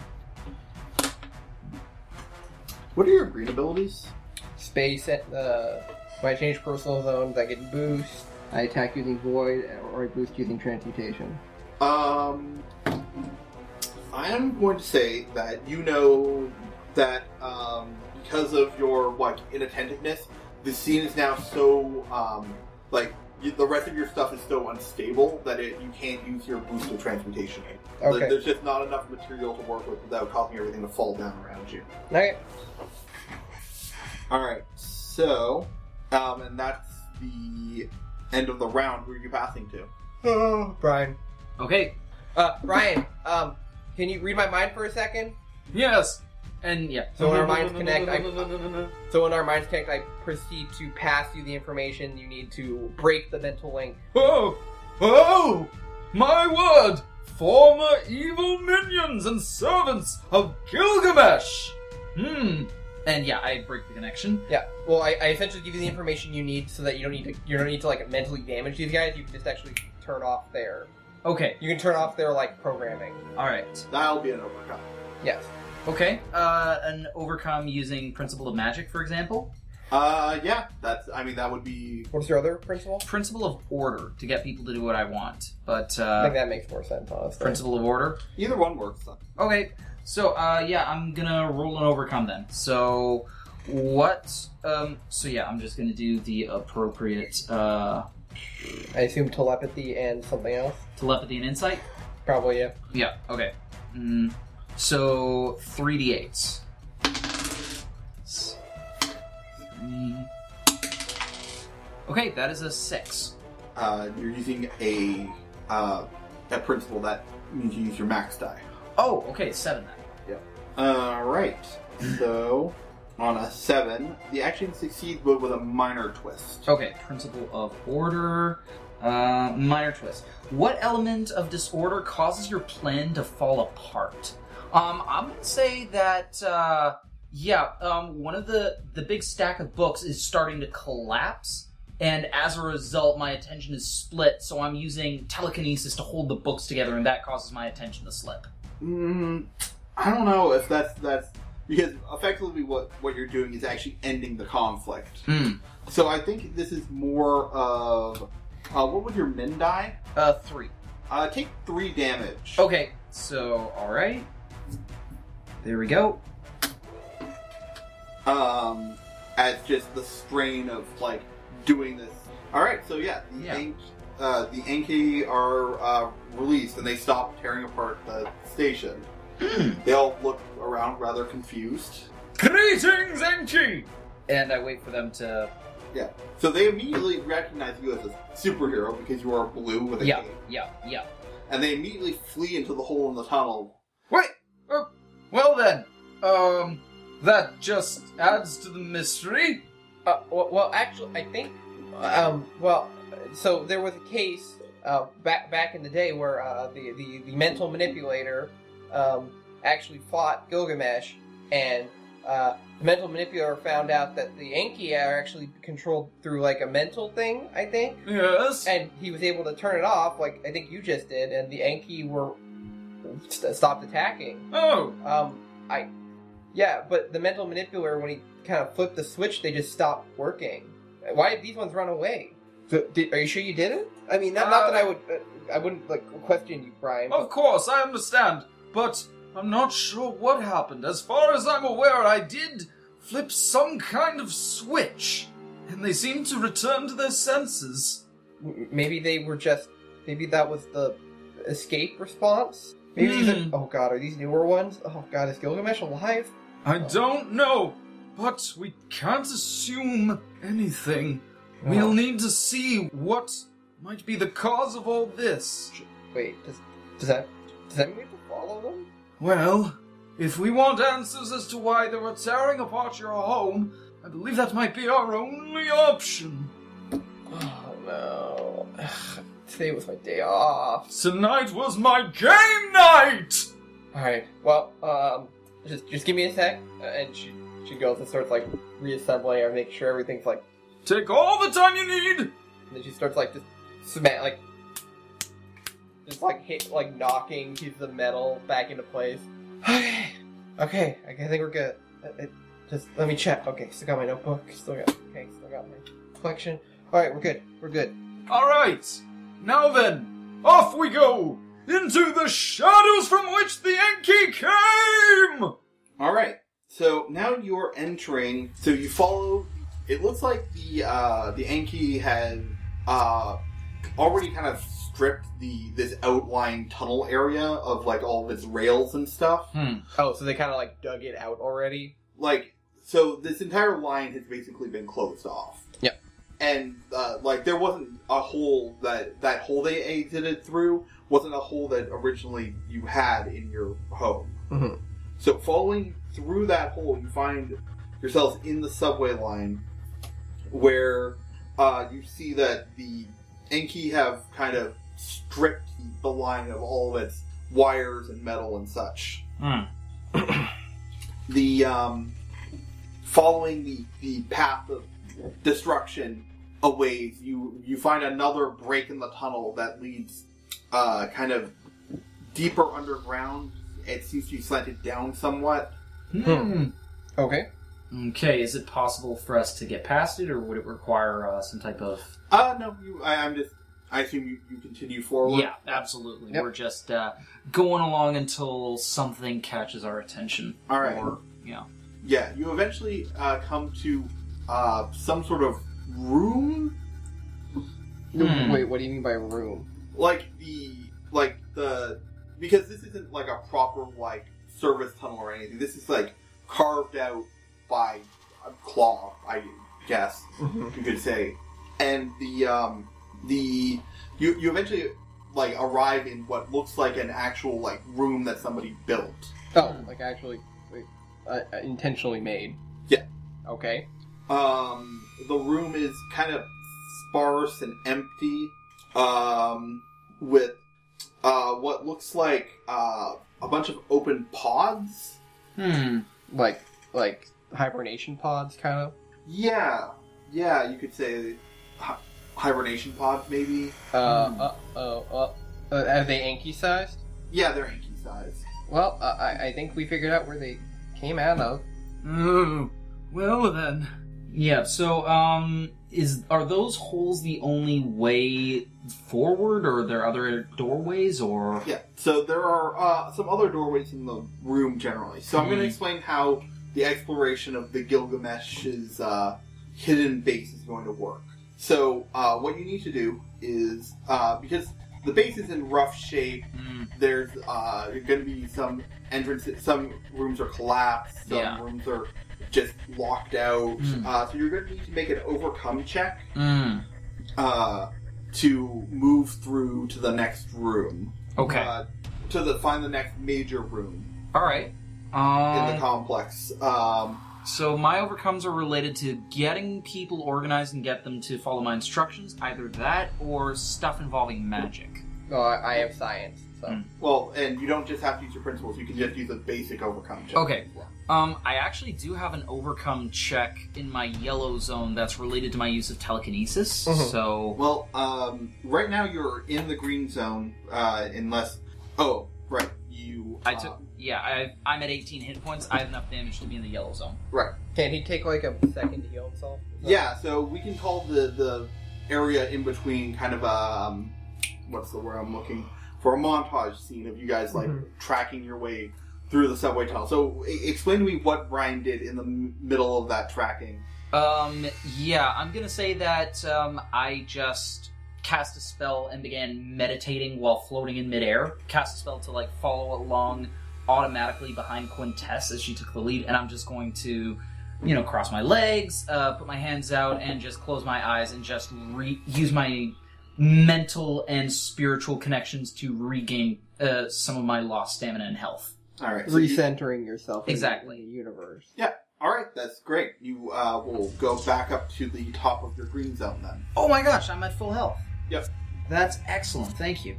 [SPEAKER 1] what are your green abilities?
[SPEAKER 3] Space at the. When I change personal zones, I get boost. I attack using void, or I boost using transmutation.
[SPEAKER 1] Um, I am going to say that you know that um, because of your like inattentiveness, the scene is now so um, like you, the rest of your stuff is so unstable that it, you can't use your boost or transmutation. There-
[SPEAKER 3] Okay.
[SPEAKER 1] There's just not enough material to work with without causing everything to fall down around you.
[SPEAKER 3] Okay.
[SPEAKER 1] All right. So, um, and that's the end of the round. Who are you passing to?
[SPEAKER 3] Oh, Brian.
[SPEAKER 2] Okay,
[SPEAKER 3] Uh, Brian. Um, can you read my mind for a second?
[SPEAKER 4] Yes.
[SPEAKER 2] and yeah,
[SPEAKER 3] So when our minds connect, I, so when our minds connect, I proceed to pass you the information
[SPEAKER 2] Oh!
[SPEAKER 3] you need to break the mental link.
[SPEAKER 4] Oh! Oh! My word! former evil minions and servants of Gilgamesh.
[SPEAKER 2] Hmm. And yeah, I break the connection.
[SPEAKER 3] Yeah. Well, I, I essentially give you the information you need so that you don't need to you don't need to like mentally damage these guys. You can just actually turn off their
[SPEAKER 2] Okay.
[SPEAKER 3] you can turn off their like programming.
[SPEAKER 2] All right.
[SPEAKER 1] That'll be an overcome.
[SPEAKER 3] Yes.
[SPEAKER 2] Okay. Uh, an overcome using principle of magic, for example.
[SPEAKER 1] Uh, yeah, that's. I mean, that would be.
[SPEAKER 3] What's your other principle?
[SPEAKER 2] Principle of order to get people to do what I want. But
[SPEAKER 3] I
[SPEAKER 2] uh,
[SPEAKER 3] think that makes more sense, honestly.
[SPEAKER 2] principle of order.
[SPEAKER 1] Either one works. Uh, Though.
[SPEAKER 2] Okay, so uh, yeah, I'm gonna roll and overcome then. So what? Um, so yeah, I'm just gonna do the appropriate uh,
[SPEAKER 3] I assume telepathy and something else.
[SPEAKER 2] telepathy and insight.
[SPEAKER 3] Probably yeah.
[SPEAKER 2] Yeah. Okay. Mm, so three d eights. Okay, that is a six.
[SPEAKER 1] Uh, you're using a uh, a principle that means you use your max die.
[SPEAKER 2] Oh, okay, seven then.
[SPEAKER 1] All right. So on a seven, the action succeeds, but with a minor twist.
[SPEAKER 2] Okay, principle of order. Uh, minor twist. What element of disorder causes your plan to fall apart? Um, I'm gonna say that uh, yeah. Um, one of the the big stack of books is starting to collapse, and as a result, my attention is split. So I'm using telekinesis to hold the books together, and that causes my attention to slip.
[SPEAKER 1] Mm, I don't know if that's that's because effectively what what you're doing is actually ending the conflict.
[SPEAKER 2] Hmm.
[SPEAKER 1] So I think this is more of uh, what would your men die?
[SPEAKER 2] Uh, three.
[SPEAKER 1] Uh, take three damage.
[SPEAKER 2] Okay. So all right. There we go.
[SPEAKER 1] Um, as just the strain of like doing this. All right, so yeah, the
[SPEAKER 2] Yeah.
[SPEAKER 1] Ank, uh, the Anki are uh, released and they stop tearing apart the station.
[SPEAKER 2] Hmm.
[SPEAKER 1] They all look around rather confused.
[SPEAKER 4] Greetings, Enki!
[SPEAKER 2] And I wait for them to
[SPEAKER 1] So they immediately recognize you as a superhero because you are blue with a
[SPEAKER 2] Yeah,
[SPEAKER 1] cape.
[SPEAKER 2] yeah, yeah.
[SPEAKER 1] and they immediately flee into the hole in the tunnel.
[SPEAKER 4] Wait! Uh, well then, um, that just adds to the mystery.
[SPEAKER 3] Uh, well, well, actually, I think. Um, well, so there was a case uh, back back in the day where uh, the, the the mental manipulator um, actually fought Gilgamesh, and uh, the mental manipulator found out that the Enki are actually controlled through like a mental thing, I think,
[SPEAKER 4] Yes?
[SPEAKER 3] and he was able to turn it off, like I think you just did, and the Enki were st- stopped attacking.
[SPEAKER 4] Oh,
[SPEAKER 3] Um, I, yeah, but the mental manipulator, when he kind of flipped the switch, they just stopped working. Why did these ones run away? So, did, are you sure you did it? I mean, not, not that I would, uh, Oh. I wouldn't like question you, Brian.
[SPEAKER 4] of course, I understand, but I'm not sure what happened. As far as I'm aware, I did flip some kind of switch, and they seem to return to their senses.
[SPEAKER 3] M- Maybe they were just, maybe that was the escape response. Maybe these. Are,
[SPEAKER 4] Hmm.
[SPEAKER 3] oh God, are these newer ones? Oh God, is Gilgamesh alive?
[SPEAKER 4] I don't know, but we can't assume anything. We'll need to see what might be the cause of all this.
[SPEAKER 3] Oh, Wait, does does that does that mean we have to follow them?
[SPEAKER 4] Well, if we want answers as to why they were tearing apart your home, I believe that might be our only option.
[SPEAKER 3] Oh no! Today was my day off.
[SPEAKER 4] Tonight was my game night!
[SPEAKER 3] All right. Well, um, just just give me a sec, Uh, and she she goes and starts like reassembling or make sure everything's like.
[SPEAKER 4] Take all the time you need!
[SPEAKER 3] And then she starts like just sma like just like hit like knocking pieces of metal back into place. Okay. Okay. I think we're good. Uh, uh, just let me check. Okay. Still got my notebook. Still got. Okay. Still got my collection. All right. We're good. We're good.
[SPEAKER 4] Alright, now then, off we go! Into the shadows from which the Enki came!
[SPEAKER 1] All right. So now you are entering. So you follow. It looks like the uh, the Enki has uh, already kind of stripped the this outlying tunnel area of like all of its rails and stuff.
[SPEAKER 3] Oh, so they kind of like dug it out already.
[SPEAKER 1] Like so, this entire line has basically been closed off.
[SPEAKER 3] Yep.
[SPEAKER 1] And uh, like there wasn't a hole that that hole they exited through wasn't a hole that originally you had in your home.
[SPEAKER 3] Mhm.
[SPEAKER 1] So following through that hole, you find yourselves in the subway line, where uh, you see that the Enki have kind of stripped the line of all of its wires and metal and such.
[SPEAKER 4] Hmm.
[SPEAKER 1] the um, following the, the path of destruction a ways, you you find another break in the tunnel that leads uh, kind of deeper underground. It seems to be slanted down somewhat.
[SPEAKER 2] Hmm.
[SPEAKER 3] Okay.
[SPEAKER 2] Okay, is it possible for us to get past it, or would it require uh, some type of?
[SPEAKER 1] Uh no, you, I, I'm just. I assume you, you continue forward.
[SPEAKER 2] Yeah, absolutely.
[SPEAKER 3] Yep.
[SPEAKER 2] We're just uh, going along until something catches our attention.
[SPEAKER 1] All right.
[SPEAKER 2] Or, yeah.
[SPEAKER 1] Yeah, you eventually uh, come to uh, some sort of room,
[SPEAKER 2] Hmm.
[SPEAKER 3] Wait, what do you mean by room?
[SPEAKER 1] like the like the because this isn't like a proper like service tunnel or anything. This is like carved out by a claw, I guess
[SPEAKER 3] Mm-hmm.
[SPEAKER 1] you could say. And the um, the you you eventually like arrive in what looks like an actual like room that somebody built.
[SPEAKER 3] Oh, like actually, wait, uh, uh, intentionally made.
[SPEAKER 1] Yeah.
[SPEAKER 3] Okay.
[SPEAKER 1] Um, the room is kind of sparse and empty, um, with uh, what looks like uh, a bunch of open pods.
[SPEAKER 2] Hmm.
[SPEAKER 3] Like, like hibernation pods, kind of.
[SPEAKER 1] Yeah, yeah, you could say hi- hibernation pods, maybe.
[SPEAKER 3] Uh,
[SPEAKER 1] Mm.
[SPEAKER 3] uh, uh, uh, uh, are they Anki sized?
[SPEAKER 1] Yeah, they're hanky size.
[SPEAKER 3] Well, uh, I, I think we figured out where they came out of.
[SPEAKER 2] Oh, well then. Yeah. So, um, is are those holes the only way forward, or are there other doorways, or?
[SPEAKER 1] Yeah, so there are uh, some other doorways in the room generally. So I'm going to
[SPEAKER 2] Mhm.
[SPEAKER 1] explain how the exploration of the Gilgamesh's uh, hidden base is going to work. So uh, what you need to do is uh, because the base is in rough shape,
[SPEAKER 2] Hmm.
[SPEAKER 1] there's uh, going to be some entrances. Some rooms are collapsed. Some
[SPEAKER 2] Yeah.
[SPEAKER 1] rooms are just locked out.
[SPEAKER 2] Mm.
[SPEAKER 1] Uh, so you're going to need to make an overcome check
[SPEAKER 2] Hmm.
[SPEAKER 1] uh, to move through to the next room
[SPEAKER 2] Okay.
[SPEAKER 1] uh, to the find the next major room
[SPEAKER 2] All right.
[SPEAKER 1] in the
[SPEAKER 2] Um,
[SPEAKER 1] complex. Um,
[SPEAKER 2] so my overcomes are related to getting people organized and get them to follow my instructions. Either that or stuff involving magic.
[SPEAKER 3] Oh, I, I have science, so.
[SPEAKER 1] Mm.
[SPEAKER 2] Hmm.
[SPEAKER 1] well, and you don't just have to use your principles; you can just use a basic overcome check.
[SPEAKER 2] Okay. Um, I actually do have an overcome check in my yellow zone that's related to my use of telekinesis.
[SPEAKER 3] Mhm.
[SPEAKER 2] So
[SPEAKER 1] Well, um, right now you're in the green zone, uh, unless. Oh, right. You.
[SPEAKER 2] I
[SPEAKER 1] uh,
[SPEAKER 2] took yeah, I I'm at 18 hit points. I have enough damage to be in the yellow zone.
[SPEAKER 1] right.
[SPEAKER 3] Can he take like a second to heal himself?
[SPEAKER 1] Yeah. So we can call the the area in between kind of um, what's the word I'm looking for? A montage scene of you guys like tracking your way through the subway tunnel. So e explain to me what Brian did in the m- middle of that tracking.
[SPEAKER 2] Um, yeah, I'm gonna say that um, I just cast a spell and began meditating while floating in midair. Cast a spell to like follow along automatically behind Quintess as she took the lead, and I'm just going to, you know, cross my legs, uh, put my hands out, and just close my eyes and just re- use my mental and spiritual connections to regain uh, some of my lost stamina and health.
[SPEAKER 1] All right. so you-
[SPEAKER 3] Recentering yourself in-
[SPEAKER 2] Exactly.
[SPEAKER 3] in the universe.
[SPEAKER 1] All right, that's great. You uh, will go back up to the top of your green zone then.
[SPEAKER 2] Oh my gosh, I'm at full health.
[SPEAKER 1] Yep.
[SPEAKER 2] That's excellent. Thank you.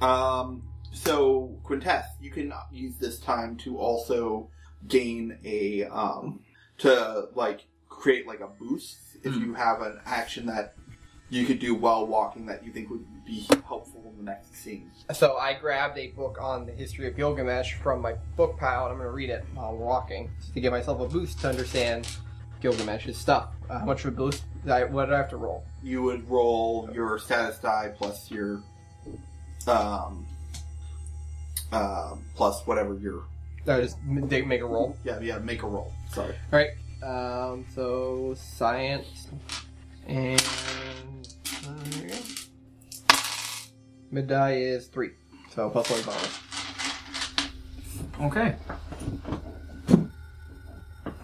[SPEAKER 1] Um, so Quintess, you can use this time to also gain a um, to like create like a boost if
[SPEAKER 2] Hmm.
[SPEAKER 1] you have an action that you could do while walking that you think would be helpful in the next scene.
[SPEAKER 3] So I grabbed a book on the history of Gilgamesh from my book pile, and I'm going to read it while we're walking to give myself a boost to understand Gilgamesh's stuff. Uh, how much of a boost? did I, what did I have to roll?
[SPEAKER 1] You would roll your status die plus your um uh, plus whatever your
[SPEAKER 3] Did I just m- they make a roll?
[SPEAKER 1] yeah yeah make a roll. Sorry.
[SPEAKER 3] Um, so science and uh, there we go. mid die is three, so plus one bonus.
[SPEAKER 2] Okay.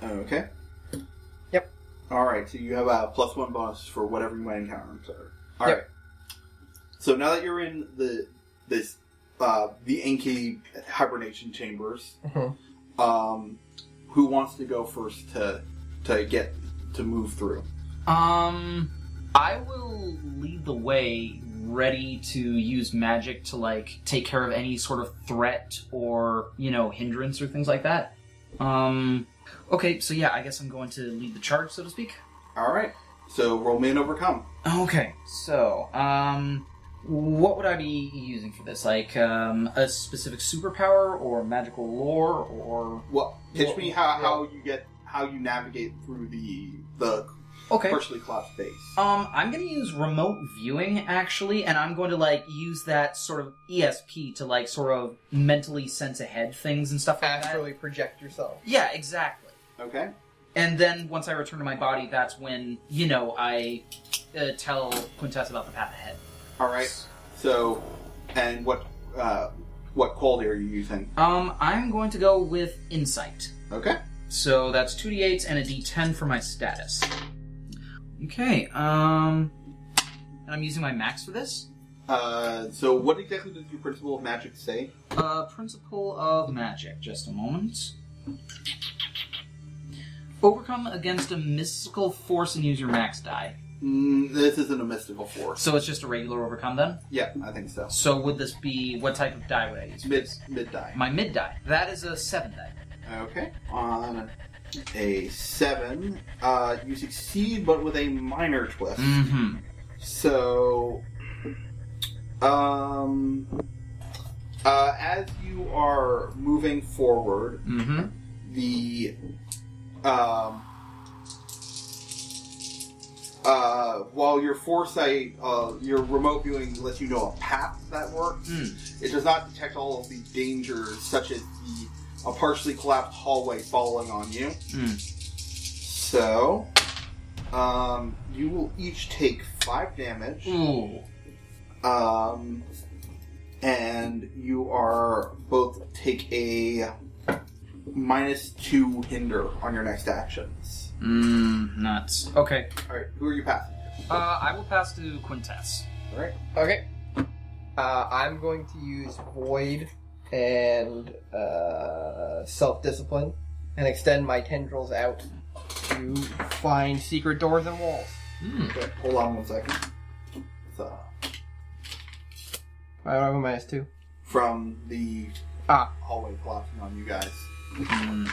[SPEAKER 1] Okay.
[SPEAKER 3] Yep.
[SPEAKER 1] All right. So you have a plus one bonus for whatever you might encounter. I'm sorry. All right.
[SPEAKER 3] Yep.
[SPEAKER 1] So now that you're in the this uh, the Enki hibernation chambers,
[SPEAKER 3] Mhm.
[SPEAKER 1] um, who wants to go first to to get to move through?
[SPEAKER 2] Um, I will lead the way ready to use magic to like take care of any sort of threat or you know hindrance or things like that. Um, okay, so yeah, I guess I'm going to lead the charge, so to speak.
[SPEAKER 1] All right. So roll me and overcome.
[SPEAKER 2] Okay, so um, what would I be using for this? Like um, a specific superpower or magical lore or
[SPEAKER 1] Well, pitch
[SPEAKER 2] Well,
[SPEAKER 1] me how, how you get how you navigate through the the
[SPEAKER 2] okay.
[SPEAKER 1] partially collapsed space.
[SPEAKER 2] Um, I'm gonna use remote viewing actually, and I'm going to like use that sort of ESP to like sort of mentally sense ahead things and stuff like that.
[SPEAKER 3] Astrally project yourself.
[SPEAKER 2] Yeah, exactly.
[SPEAKER 1] Okay.
[SPEAKER 2] And then once I return to my body, that's when you know I uh, tell Quintess about the path ahead.
[SPEAKER 1] All right. So, and what uh, what quality are you using?
[SPEAKER 2] Um, I'm going to go with insight.
[SPEAKER 1] Okay.
[SPEAKER 2] So that's two d8s and a d10 for my status. Okay. Um, and I'm using my max for this.
[SPEAKER 1] Uh, so, what exactly does your principle of magic say?
[SPEAKER 2] Uh, principle of magic. Just a moment. Overcome against a mystical force and use your max die.
[SPEAKER 1] Mm, this isn't a mystical force.
[SPEAKER 2] So it's just a regular overcome then.
[SPEAKER 1] Yeah, I think so.
[SPEAKER 2] So would this be what type of die would I use? for
[SPEAKER 1] Mid
[SPEAKER 2] this?
[SPEAKER 1] mid die.
[SPEAKER 2] My mid die. That is a seven die.
[SPEAKER 1] Okay. On a seven, uh, you succeed, but with a minor twist.
[SPEAKER 2] Mm-hmm.
[SPEAKER 1] So, um, uh, as you are moving forward,
[SPEAKER 2] Mm-hmm.
[SPEAKER 1] the um, uh, while your foresight, uh, your remote viewing lets you know a path that works,
[SPEAKER 2] Hmm.
[SPEAKER 1] it does not detect all of the dangers, such as the a partially collapsed hallway falling on you.
[SPEAKER 2] Mm.
[SPEAKER 1] So, um, you will each take five damage.
[SPEAKER 2] Hmm. Ooh.
[SPEAKER 1] Um, and you are both take a minus two hinder on your next actions.
[SPEAKER 2] Mm, nuts. Okay.
[SPEAKER 1] All right, who are you passing?
[SPEAKER 2] Uh, I will pass to Quintess.
[SPEAKER 1] All right,
[SPEAKER 3] Okay. Uh, I'm going to use void and uh, self discipline and extend my tendrils out to find secret doors and walls.
[SPEAKER 4] Hmm.
[SPEAKER 2] Mm.
[SPEAKER 1] okay, hold on one second. uh, So,
[SPEAKER 3] I don't have a minus two.
[SPEAKER 1] from the uh,
[SPEAKER 3] Ah.
[SPEAKER 1] hallway collapsing on you guys.
[SPEAKER 2] Mm.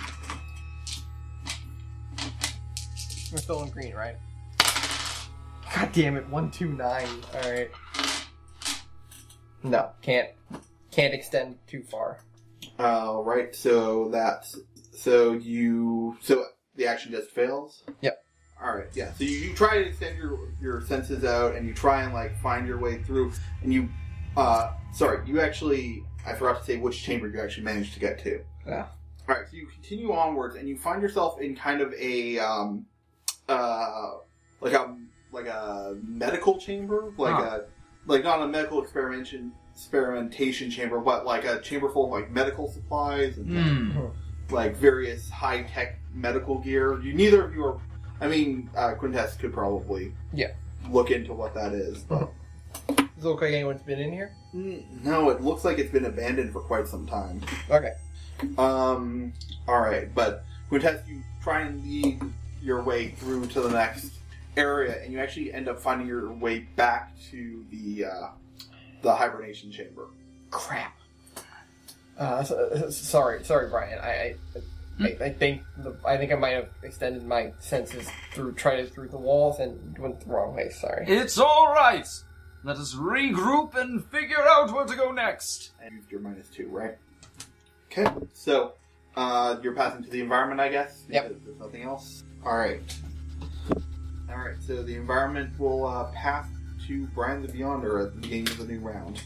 [SPEAKER 3] We're still in green, right? God damn it! One, two, nine. All right. No, can't can't extend too far.
[SPEAKER 1] All Uh, right, so that's so you so the action just fails.
[SPEAKER 3] Yep.
[SPEAKER 1] All right, yeah. So you, you try to extend your your senses out, and you try and like find your way through, and you, uh, sorry, you actually I forgot to say which chamber you actually managed to get to.
[SPEAKER 3] Yeah.
[SPEAKER 1] All right, so you continue onwards, and you find yourself in kind of a um, uh, like a like a medical chamber, like
[SPEAKER 2] Huh.
[SPEAKER 1] a like not a medical experimentation experimentation chamber, but like a chamber full of like medical supplies and
[SPEAKER 4] Hmm.
[SPEAKER 2] Mm.
[SPEAKER 1] like various high tech medical gear. You neither of you are. I mean, uh, Quintess could probably
[SPEAKER 3] Yeah.
[SPEAKER 1] look into what that is, but
[SPEAKER 3] Does it look like anyone's been in here?
[SPEAKER 1] Mm, no, it looks like it's been abandoned for quite some time.
[SPEAKER 3] Okay.
[SPEAKER 1] Um. All right, but Quintess, you try and lead your way through to the next area, and you actually end up finding your way back to the uh, the hibernation chamber.
[SPEAKER 3] Crap. Uh, s- s- sorry, sorry, Brian. I, I, I, I think the, I think I might have extended my senses through tried it through the walls and went the wrong way. Sorry.
[SPEAKER 4] It's all right. Let us regroup and figure out where to go next.
[SPEAKER 1] And you're minus two, right? Okay. So, uh, you're passing to the environment, I guess.
[SPEAKER 3] Yep.
[SPEAKER 1] because There's nothing else. All right. All right. So the environment will uh, pass to Brian the Beyonder at the beginning of the new round.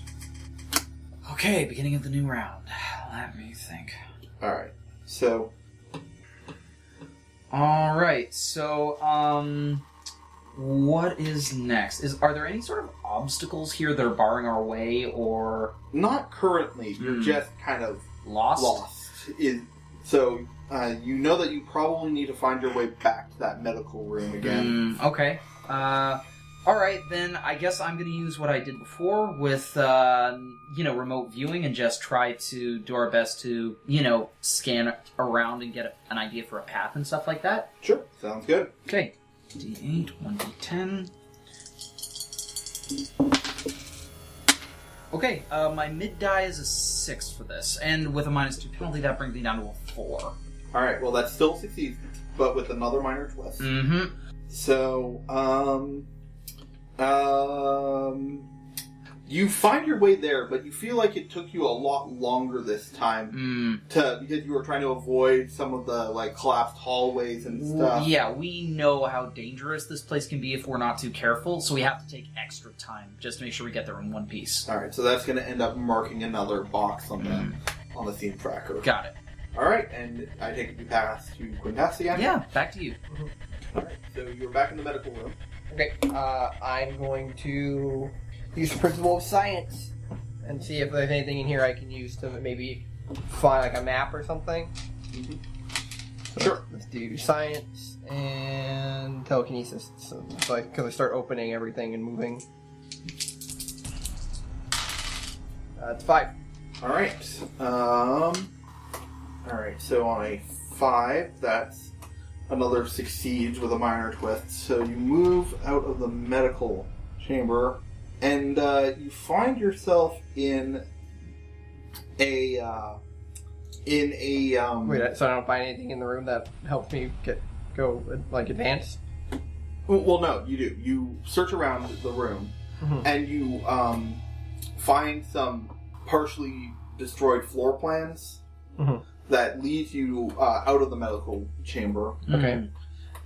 [SPEAKER 2] Okay, beginning of the new round. Let me think.
[SPEAKER 1] All right. So
[SPEAKER 2] All right. So, um, what is next? Is are there any sort of obstacles here that are barring our way or
[SPEAKER 1] not currently. You're
[SPEAKER 2] Hmm.
[SPEAKER 1] just kind of
[SPEAKER 2] lost?
[SPEAKER 1] lost. Is so. Uh, you know that you probably need to find your way back to that medical room again.
[SPEAKER 2] Mm, okay. Uh, all right. Then I guess I'm going to use what I did before with uh, you know remote viewing and just try to do our best to you know scan around and get a, an idea for a path and stuff like that.
[SPEAKER 1] Sure. Sounds good.
[SPEAKER 2] Okay. D8, 1d10. Okay, uh, my mid die is a six for this, and with a minus two penalty, that brings me down to a four.
[SPEAKER 1] All right. Well, that still succeeds, but with another minor twist.
[SPEAKER 2] Mm-hmm.
[SPEAKER 1] So, um, um, you find your way there, but you feel like it took you a lot longer this time
[SPEAKER 2] Mm.
[SPEAKER 1] to because you were trying to avoid some of the like collapsed hallways and
[SPEAKER 2] W-
[SPEAKER 1] stuff.
[SPEAKER 2] Yeah, we know how dangerous this place can be if we're not too careful, so we have to take extra time just to make sure we get there in one piece.
[SPEAKER 1] All right. So that's going to end up marking another box on the
[SPEAKER 2] Mm.
[SPEAKER 1] on the theme tracker.
[SPEAKER 2] Got it.
[SPEAKER 1] All right, and I take it you pass to Quintas again.
[SPEAKER 2] Yeah, back to you.
[SPEAKER 1] All right. So you're back in the medical room.
[SPEAKER 3] Okay, uh, I'm going to use the principle of science and see if there's anything in here I can use to maybe find like a map or something.
[SPEAKER 2] Mm-hmm.
[SPEAKER 1] Mhm.
[SPEAKER 3] So
[SPEAKER 1] Sure.
[SPEAKER 3] Let's do science and telekinesis. So, so I, cause I start opening everything and moving. Uh, it's five.
[SPEAKER 1] All right. Um. All right. So on a five, that's another succeeds with a minor twist. So you move out of the medical chamber, and uh, you find yourself in a uh, in a um.
[SPEAKER 3] Wait, so I don't find anything in the room that helps me get go like advance.
[SPEAKER 1] Well, well, no, you do. You search around the room,
[SPEAKER 3] Mhm.
[SPEAKER 1] and you um, find some partially destroyed floor plans
[SPEAKER 3] Mhm.
[SPEAKER 1] that lead you uh, out of the medical chamber
[SPEAKER 3] Okay.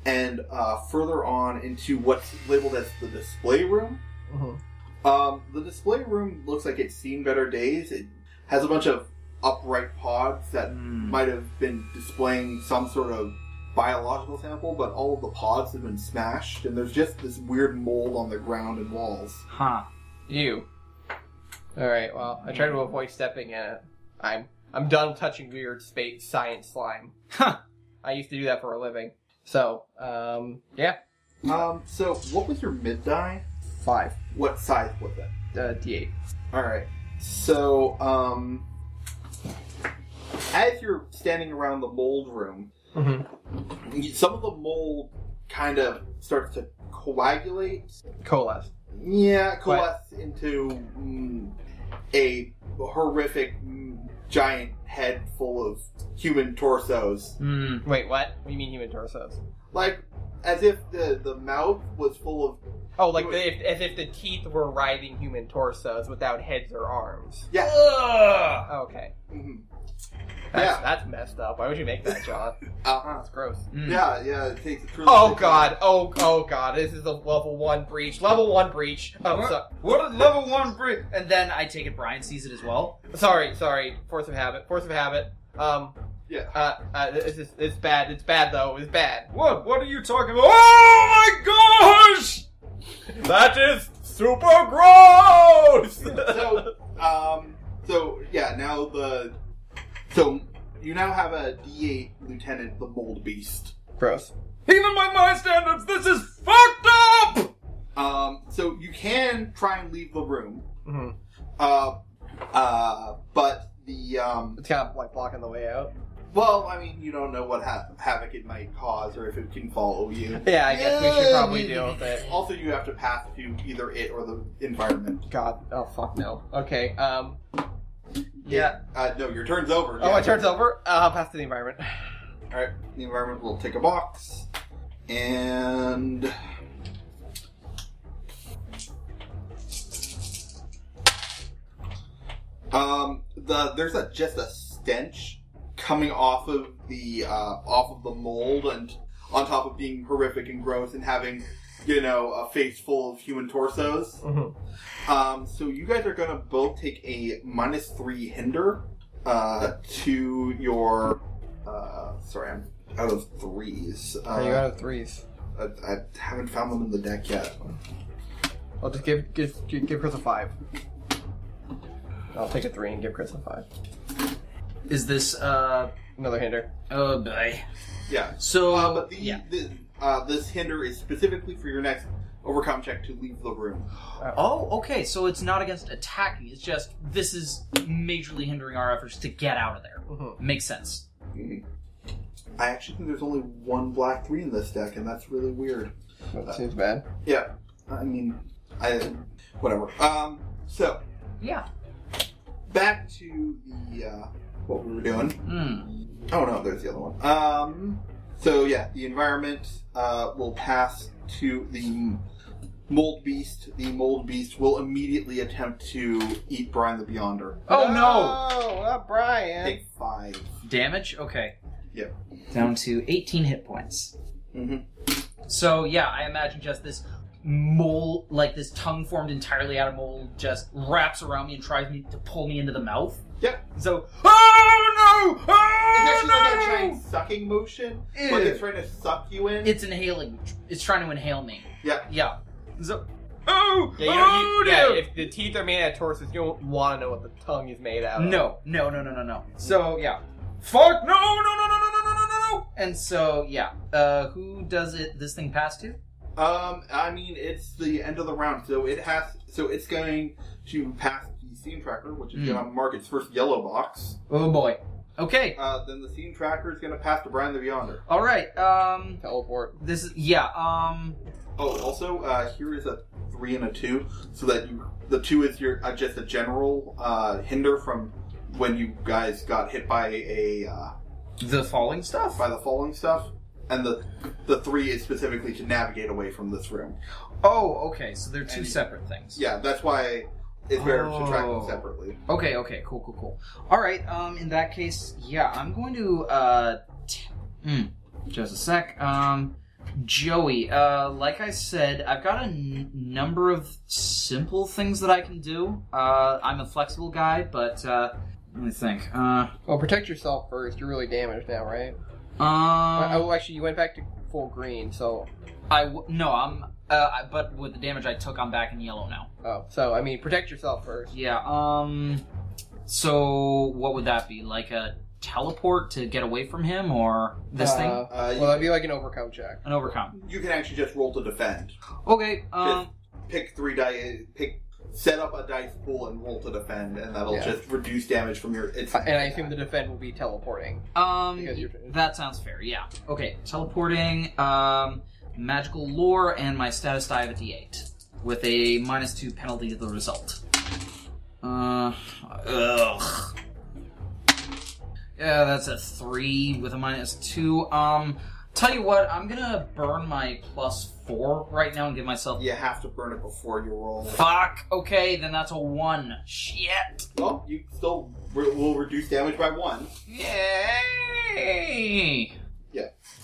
[SPEAKER 1] and uh, further on into what's labeled as the display room.
[SPEAKER 3] Mhm.
[SPEAKER 1] Um, the display room looks like it's seen better days. It has a bunch of upright pods that
[SPEAKER 2] Mm.
[SPEAKER 1] might have been displaying some sort of biological sample, but all of the pods have been smashed, and there's just this weird mold on the ground and walls.
[SPEAKER 2] Huh.
[SPEAKER 3] You. All right. Well, I try to avoid stepping in it. I'm I'm done touching weird space science slime.
[SPEAKER 2] Huh.
[SPEAKER 3] I used to do that for a living. So, um, yeah,
[SPEAKER 1] Um, so what was your mid die?
[SPEAKER 3] five.
[SPEAKER 1] What size was it?
[SPEAKER 3] Uh, D8.
[SPEAKER 1] All right. So, um, as you're standing around the mold room,
[SPEAKER 3] Mm-hmm.
[SPEAKER 1] you- some of the mold kind of starts to coagulate.
[SPEAKER 3] Coalesce.
[SPEAKER 1] Yeah, coalesce into mm, a horrific mm, giant head full of human torsos.
[SPEAKER 2] Mm.
[SPEAKER 3] Wait, what? What do you mean human torsos?
[SPEAKER 1] Like, as if the, the mouth was full of.
[SPEAKER 3] Oh, like the, if, as if the teeth were writhing human torsos without heads or arms.
[SPEAKER 1] Yeah.
[SPEAKER 4] Ugh!
[SPEAKER 3] Okay.
[SPEAKER 1] mhm.
[SPEAKER 3] That's,
[SPEAKER 1] Yeah.
[SPEAKER 3] that's messed up. Why would you make that, John?
[SPEAKER 1] Uh-huh.
[SPEAKER 3] That's gross.
[SPEAKER 2] Mm.
[SPEAKER 1] Yeah, yeah, it takes truly
[SPEAKER 3] Hmm. Oh
[SPEAKER 1] takes-
[SPEAKER 3] god. Oh oh god. This is a level one breach. Level one breach. Oh,
[SPEAKER 4] What?
[SPEAKER 3] so,
[SPEAKER 4] What did level one bring?
[SPEAKER 2] And then I take it Brian sees it as well.
[SPEAKER 3] sorry, sorry. Force of habit. Force of habit. Um.
[SPEAKER 1] Yeah.
[SPEAKER 3] Uh. uh this is it's bad. It's bad though. It's bad.
[SPEAKER 4] What? What are you talking about? Oh my gosh! That is super gross!
[SPEAKER 1] So, um, so, yeah, now the. So, you now have a D8 Lieutenant, the Mold Beast.
[SPEAKER 3] Gross.
[SPEAKER 4] Even by my standards, this is fucked up!
[SPEAKER 1] Um, so you can try and leave the room.
[SPEAKER 3] hmm
[SPEAKER 1] Uh, uh, but the, um,
[SPEAKER 3] It's kind of like blocking the way out.
[SPEAKER 1] well, I mean, you don't know what ha- havoc it might cause or if it can follow you.
[SPEAKER 3] Yeah. I guess we should
[SPEAKER 1] Yeah.
[SPEAKER 3] probably deal with it.
[SPEAKER 1] Also, you have to pass to either it or the environment.
[SPEAKER 3] God. Oh fuck no. Okay. Um. Yeah.
[SPEAKER 1] Uh, no, your turn's over.
[SPEAKER 3] Oh,
[SPEAKER 1] Yeah.
[SPEAKER 3] it turns over. Uh, I'll pass to the environment.
[SPEAKER 1] All right, the environment will take a box, and um, the there's a just a stench coming off of the uh, off of the mold, and on top of being horrific and gross, and having you know a face full of human torsos.
[SPEAKER 2] Mm-hmm.
[SPEAKER 3] Mhm.
[SPEAKER 1] Um, so you guys are gonna both take a minus three hinder uh, to your uh, sorry, I'm out of threes. Uh,
[SPEAKER 3] Are you out of threes?
[SPEAKER 1] I, I haven't found them in the deck yet.
[SPEAKER 3] I'll just give give give Chris a five. I'll take a three and give Chris a five.
[SPEAKER 2] Is this uh
[SPEAKER 3] Another hinder.
[SPEAKER 2] oh boy.
[SPEAKER 1] Yeah.
[SPEAKER 2] So
[SPEAKER 1] Uh, but the,
[SPEAKER 2] yeah.
[SPEAKER 1] the uh, this hinder is specifically for your next overcome check to leave the room.
[SPEAKER 2] Oh, okay. So it's not against attacking. It's just this is majorly hindering our efforts to get out of there.
[SPEAKER 1] Uh-huh.
[SPEAKER 3] Mhm.
[SPEAKER 2] Makes sense.
[SPEAKER 1] Mm. I actually think there's only one black three in this deck, and that's really weird.
[SPEAKER 3] That seems bad.
[SPEAKER 1] Yeah. I mean, I whatever. Um. So,
[SPEAKER 2] Yeah.
[SPEAKER 1] Back to the uh, what we were doing.
[SPEAKER 2] Hmm.
[SPEAKER 1] Oh no, there's the other one. Um, so yeah, the environment uh, will pass to the mold beast. The mold beast will immediately attempt to eat Brian the Beyonder.
[SPEAKER 2] Oh
[SPEAKER 1] Uh,
[SPEAKER 2] no!
[SPEAKER 3] Oh, not Brian.
[SPEAKER 1] Take five.
[SPEAKER 2] Damage? Okay.
[SPEAKER 1] Yep.
[SPEAKER 2] Down to 18 hit points.
[SPEAKER 1] Mm-hmm.
[SPEAKER 2] So yeah, I imagine just this mole, like this tongue formed entirely out of mold, just wraps around me and tries me to pull me into the mouth.
[SPEAKER 1] Yep.
[SPEAKER 2] So
[SPEAKER 4] Oh no!
[SPEAKER 1] It's actually like a
[SPEAKER 4] Oh
[SPEAKER 1] giant sucking motion, but it's trying to suck you in.
[SPEAKER 2] it's inhaling. It's trying to inhale me.
[SPEAKER 1] Yeah.
[SPEAKER 2] Yeah. So
[SPEAKER 4] no! Oh!
[SPEAKER 3] Yeah, you know,
[SPEAKER 4] oh
[SPEAKER 3] you, yeah,
[SPEAKER 4] dear!
[SPEAKER 3] if the teeth are made out of torsos, you don't want to know what the tongue is made out of.
[SPEAKER 2] no, no, no, no, no, no. So yeah.
[SPEAKER 4] Fuck! No! No! No! No! No! No! No! No! No!
[SPEAKER 2] And so yeah. Uh, who does it? This thing pass to?
[SPEAKER 1] Um, I mean, it's the end of the round, so it has. So it's going to pass the scene tracker, which is
[SPEAKER 2] Mm.
[SPEAKER 1] going to mark its first yellow box.
[SPEAKER 2] Oh boy. Okay.
[SPEAKER 1] Uh, then the scene tracker is going to pass to Brian the Beyonder.
[SPEAKER 2] All right. Um.
[SPEAKER 3] Teleport.
[SPEAKER 2] This is yeah. Um.
[SPEAKER 1] Oh, also, uh, here is a three and a two, so that you the two is your uh, just a general uh, hinder from when you guys got hit by a uh,
[SPEAKER 2] The falling stuff.
[SPEAKER 1] by the falling stuff, and the the three is specifically to navigate away from this room.
[SPEAKER 2] Oh, okay. So they're two
[SPEAKER 1] And-
[SPEAKER 2] separate things.
[SPEAKER 1] Yeah, that's why it's better to track them
[SPEAKER 2] Oh.
[SPEAKER 1] separately.
[SPEAKER 2] Okay, okay, cool, cool, cool. All right, um, in that case, yeah, I'm going to, uh, t- mm, just a sec. Um, Joey, uh, like I said, I've got a n- number of simple things that I can do. Uh, I'm a flexible guy, but, uh, let me think. Uh,
[SPEAKER 3] Well, protect yourself first. You're really damaged now, right? I-
[SPEAKER 2] um,
[SPEAKER 3] oh, actually, you went back to full green, so.
[SPEAKER 2] I, w- no, I'm, uh, I, but with the damage I took, I'm back in yellow now.
[SPEAKER 3] Oh, so, I mean, protect yourself first.
[SPEAKER 2] Yeah, um, so what would that be? Like a teleport to get away from him or this thing?
[SPEAKER 3] Uh,
[SPEAKER 1] Uh,
[SPEAKER 3] Well, that'd be like an overcome check.
[SPEAKER 2] An overcome.
[SPEAKER 1] you, you can actually just roll to defend.
[SPEAKER 2] Okay. Um,
[SPEAKER 1] Pick three dice. Pick set up a dice pool and roll to defend, and that'll
[SPEAKER 3] Yeah.
[SPEAKER 1] just reduce damage from your. It's,
[SPEAKER 3] And I assume the defend will be teleporting.
[SPEAKER 2] um,
[SPEAKER 3] Because you're-
[SPEAKER 2] that sounds fair. Yeah. Okay. Teleporting. Um, magical lore and my status die of a D8 with a minus two penalty to the result. Uh, ugh. Yeah, that's a three with a minus two. Um, tell you what, I'm gonna burn my plus four right now and give myself.
[SPEAKER 1] you have to burn it before you roll.
[SPEAKER 2] Fuck. Okay, then that's a one. Shit.
[SPEAKER 1] Well, you still re- will reduce damage by one.
[SPEAKER 2] Yay.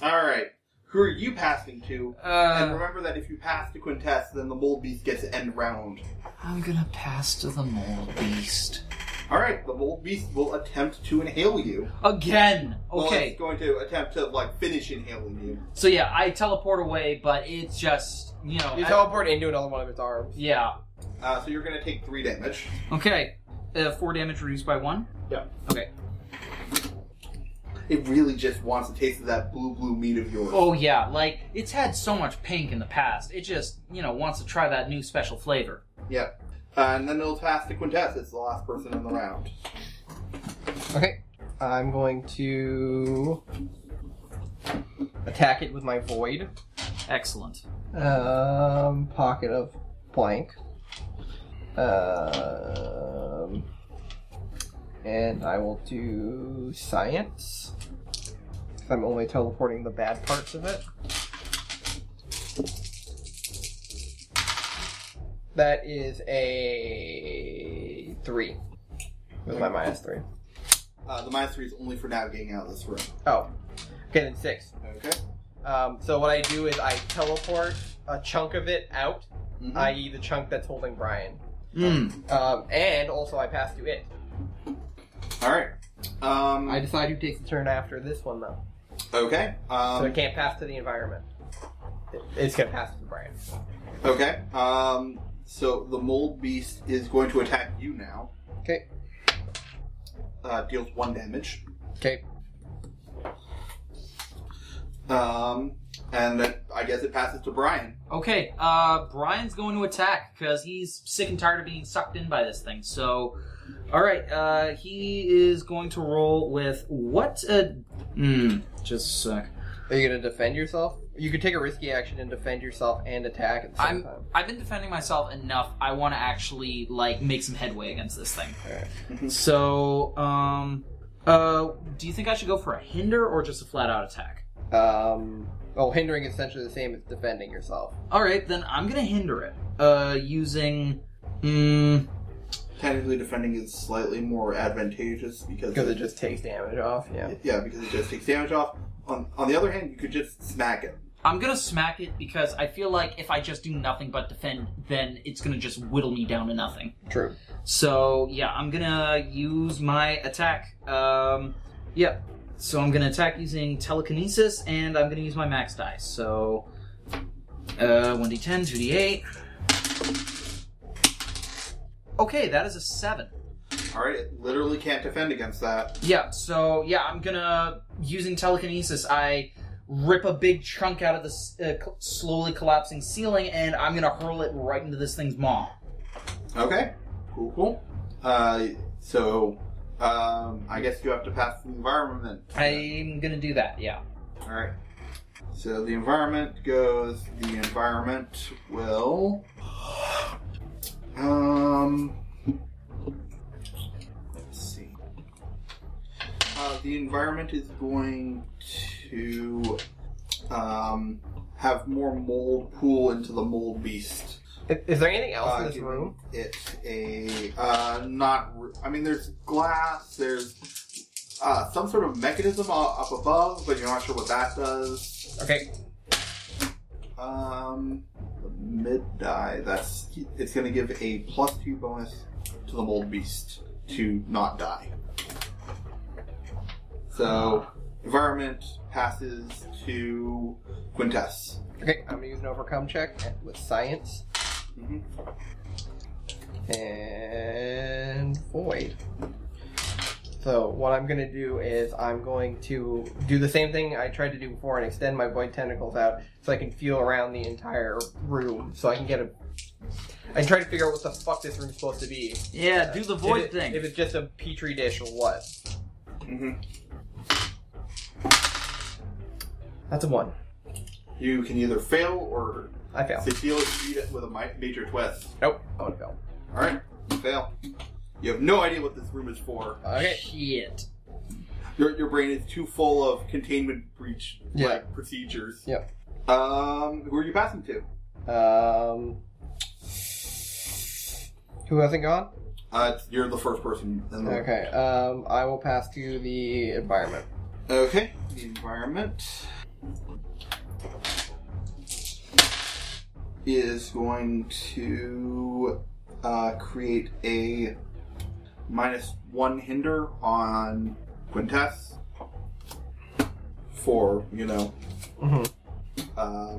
[SPEAKER 1] All right. Who are you passing to? and
[SPEAKER 2] Uh,
[SPEAKER 1] remember that if you pass to Quintess, then the Mold Beast gets to end round.
[SPEAKER 2] I'm gonna pass to the mole beast.
[SPEAKER 1] All right. The Mold Beast will attempt to inhale you.
[SPEAKER 2] Again!
[SPEAKER 1] Well, it's
[SPEAKER 2] Okay,
[SPEAKER 1] going to attempt to like finish inhaling you.
[SPEAKER 2] so yeah, I teleport away, but it's just, you know.
[SPEAKER 3] You
[SPEAKER 2] I-
[SPEAKER 3] teleport into another one of its arms.
[SPEAKER 2] yeah.
[SPEAKER 1] Uh, so you're going to take three damage.
[SPEAKER 2] Okay. Uh, four damage reduced by one?
[SPEAKER 1] Yeah.
[SPEAKER 2] Okay.
[SPEAKER 1] It really just wants a taste of that blue, blue meat of yours.
[SPEAKER 2] Oh, yeah, like, it's had so much pink in the past. It just, you know, wants to try that new special flavor.
[SPEAKER 1] Yeah. Uh, and then it'll pass to Quintess. It's the last person in the round.
[SPEAKER 3] Okay. I'm going to attack it with my void.
[SPEAKER 2] Excellent.
[SPEAKER 3] Um, pocket of blank. Um, and I will do science. 'Cause I'm only teleporting the bad parts of it. That is a three. With my minus three.
[SPEAKER 1] Uh, the minus three is only for navigating out of this room.
[SPEAKER 3] Oh. Okay, then six.
[SPEAKER 1] Okay.
[SPEAKER 3] Um, so what I do is I teleport a chunk of it out,
[SPEAKER 1] Mhm.
[SPEAKER 3] i.e. the chunk that's holding Brian.
[SPEAKER 2] Mm.
[SPEAKER 3] Um, and also I pass to it.
[SPEAKER 1] All right. Um,
[SPEAKER 3] I decide who takes the turn after this one though.
[SPEAKER 1] okay. Um,
[SPEAKER 3] so it can't pass to the environment. It- It's gonna pass to Brian.
[SPEAKER 1] Okay. Um. So the mold beast is going to attack you now.
[SPEAKER 3] Okay.
[SPEAKER 1] Uh, deals one damage.
[SPEAKER 3] Okay.
[SPEAKER 1] Um. And then I guess it passes to Brian.
[SPEAKER 2] Okay, uh, Brian's going to attack, because he's sick and tired of being sucked in by this thing, so. Alright, uh, he is going to roll with what? Uh, mm, hmm, just a sec.
[SPEAKER 3] Are you gonna defend yourself? You could take a risky action and defend yourself and attack at the same
[SPEAKER 2] I'm-
[SPEAKER 3] time.
[SPEAKER 2] I've been defending myself enough. I want to actually like make some headway against this thing.
[SPEAKER 1] Alright.
[SPEAKER 2] So, um, uh, do you think I should go for a hinder or just a flat out attack?
[SPEAKER 3] Um, well, hindering is essentially the same as defending yourself.
[SPEAKER 2] All right, then I'm gonna hinder it. Uh, using, mm,
[SPEAKER 1] Technically, defending is slightly more advantageous because
[SPEAKER 3] Because it just takes damage off, yeah.
[SPEAKER 1] yeah, because it just takes damage off. On on the other hand, you could just smack it.
[SPEAKER 2] I'm gonna smack it because I feel like if I just do nothing but defend, then it's gonna just whittle me down to nothing.
[SPEAKER 3] True.
[SPEAKER 2] So yeah, I'm gonna use my attack. Um, yeah. So I'm gonna attack using telekinesis, and I'm gonna use my max dice. So, uh, one d10, two d8. Okay, that is a seven.
[SPEAKER 1] All right, it literally can't defend against that.
[SPEAKER 2] Yeah. So yeah, I'm gonna using telekinesis. I rip a big chunk out of this uh, co- slowly collapsing ceiling, and I'm gonna hurl it right into this thing's maw.
[SPEAKER 1] Okay, cool, cool. Uh, so um, I guess you have to pass the environment.
[SPEAKER 2] I'm gonna do that. Yeah.
[SPEAKER 1] All right. So the environment goes. The environment will. Um. Let's see. Uh, the environment is going to um, have more mold pool into the mold beast.
[SPEAKER 3] Is, is there anything else
[SPEAKER 1] Uh,
[SPEAKER 3] in this
[SPEAKER 1] giving
[SPEAKER 3] room?
[SPEAKER 1] It a uh, not. r- I mean, there's glass. There's uh, some sort of mechanism u- up above, but you're not sure what that does.
[SPEAKER 3] Okay.
[SPEAKER 1] Um, the mid die. That's it's going to give a plus two bonus to the mold beast to not die. So environment passes to Quintess.
[SPEAKER 3] Okay, I'm gonna use an overcome check with science Mm-hmm.
[SPEAKER 1] Mhm.
[SPEAKER 3] and void. So what I'm gonna do is I'm going to do the same thing I tried to do before and extend my void tentacles out so I can feel around the entire room so I can get a. I can try to figure out what the fuck this room's supposed to be.
[SPEAKER 2] Yeah. Do the
[SPEAKER 3] if it- If it's just a petri dish or what? Mm-hmm.
[SPEAKER 1] Mhm.
[SPEAKER 3] That's a one.
[SPEAKER 1] You can either fail or
[SPEAKER 3] I fail.
[SPEAKER 1] succeed it with a mi- major twist.
[SPEAKER 3] Nope. I want to fail.
[SPEAKER 1] All right, you fail. You have no idea what this room is for.
[SPEAKER 3] Okay.
[SPEAKER 2] Shit.
[SPEAKER 1] Your, your brain is too full of containment breach like
[SPEAKER 3] Yeah.
[SPEAKER 1] procedures.
[SPEAKER 3] Yep.
[SPEAKER 1] Um, who are you passing to?
[SPEAKER 3] Um. Who hasn't gone?
[SPEAKER 1] Uh, you're the first person. In the room.
[SPEAKER 3] Okay. Um. I will pass to the environment.
[SPEAKER 1] Okay, the environment is going to uh, create a minus one hinder on Quintess for, you know,
[SPEAKER 3] Mhm.
[SPEAKER 1] uh,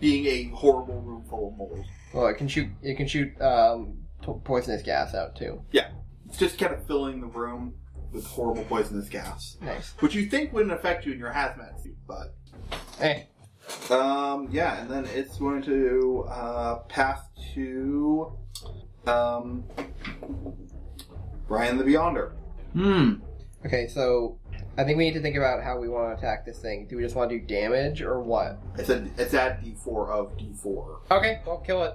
[SPEAKER 1] being a horrible room full of mold.
[SPEAKER 3] Well, it can shoot. It can shoot um po- poisonous gas out too.
[SPEAKER 1] It's just kind of filling the room with horrible poisonous gas,
[SPEAKER 3] Nice.
[SPEAKER 1] which you think wouldn't affect you in your hazmat suit, but
[SPEAKER 3] Eh.
[SPEAKER 1] Um, yeah, and then it's going to uh, pass to um, Brian the Beyonder.
[SPEAKER 2] Hmm.
[SPEAKER 3] Okay. So I think we need to think about how we want to attack this thing. Do we just want to do damage or what?
[SPEAKER 1] It's a, it's at D four of D four.
[SPEAKER 3] Okay. Well, kill it.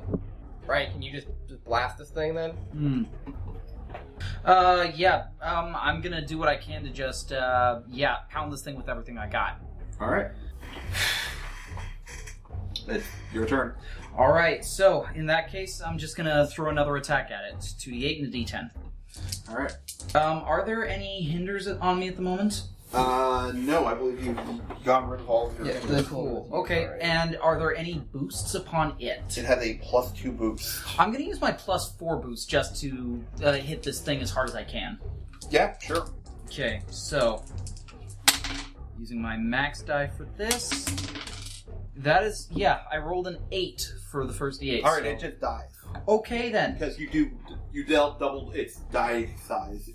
[SPEAKER 3] Right. Can you just, just blast this thing then?
[SPEAKER 2] Hmm. Uh, yeah. Um, I'm gonna do what I can to just, uh, yeah, pound this thing with everything I got.
[SPEAKER 1] All right, it's your turn.
[SPEAKER 2] All right. So in that case, I'm just gonna throw another attack at it. It's two d8 and a d10.
[SPEAKER 1] All right.
[SPEAKER 2] Um, are there any hinders on me at the moment?
[SPEAKER 1] Uh, no, I believe you've gotten rid of all of your.
[SPEAKER 3] Yeah,
[SPEAKER 1] fingers.
[SPEAKER 3] the- Cool.
[SPEAKER 2] Okay.
[SPEAKER 3] Alright.
[SPEAKER 2] And are there any boosts upon it?
[SPEAKER 1] It has a plus two boost.
[SPEAKER 2] I'm gonna use my plus four boost just to uh, hit this thing as hard as I can.
[SPEAKER 1] Yeah, sure.
[SPEAKER 2] Okay, so using my max die for this. That is, yeah, I rolled an eight for the first d8.
[SPEAKER 1] All right,
[SPEAKER 2] so-
[SPEAKER 1] it just dies
[SPEAKER 2] okay then.
[SPEAKER 1] because you do you dealt double its die size.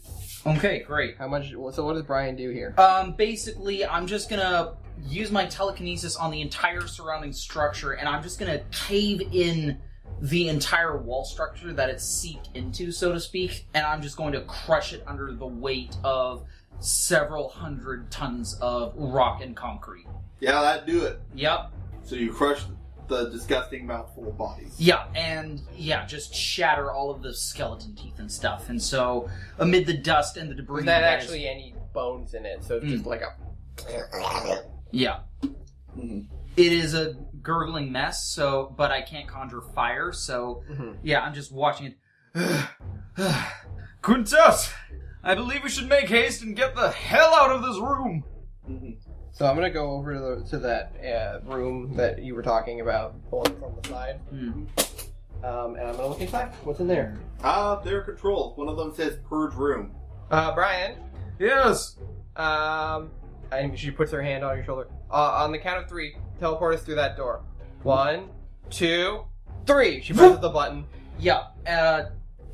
[SPEAKER 2] Okay, great.
[SPEAKER 3] How much? So what does Brian do here?
[SPEAKER 2] Um, basically, I'm just gonna use my telekinesis on the entire surrounding structure, and I'm just gonna cave in the entire wall structure that it's seeped into, so to speak, and I'm just going to crush it under the weight of several hundred tons of rock and concrete.
[SPEAKER 1] Yeah, that do it.
[SPEAKER 2] Yep.
[SPEAKER 1] So you crush the disgusting mouthful of bodies.
[SPEAKER 2] Yeah, and yeah, just shatter all of the skeleton teeth and stuff. And so, amid the dust and the debris,
[SPEAKER 3] There's not
[SPEAKER 2] that is-
[SPEAKER 3] actually any bones in it, so it's just like a.
[SPEAKER 2] yeah,
[SPEAKER 1] Mhm.
[SPEAKER 2] it is a gurgling mess. So, but I can't conjure fire. So,
[SPEAKER 3] Mhm.
[SPEAKER 2] yeah, I'm just watching it.
[SPEAKER 4] Quintus, I believe we should make haste and get the hell out of this room.
[SPEAKER 1] Mhm.
[SPEAKER 3] So I'm gonna go over to, the, to that uh, room that you were talking about, the one from the side,
[SPEAKER 2] Hmm.
[SPEAKER 3] um, and I'm gonna look inside. What's in there?
[SPEAKER 1] Ah, they're controls. One of them says purge room.
[SPEAKER 3] Uh, Brian,
[SPEAKER 4] Yes.
[SPEAKER 3] um, and she puts her hand on your shoulder. Uh, on the count of three, teleport us through that door. One, two, three. She presses the button.
[SPEAKER 2] Yeah, uh,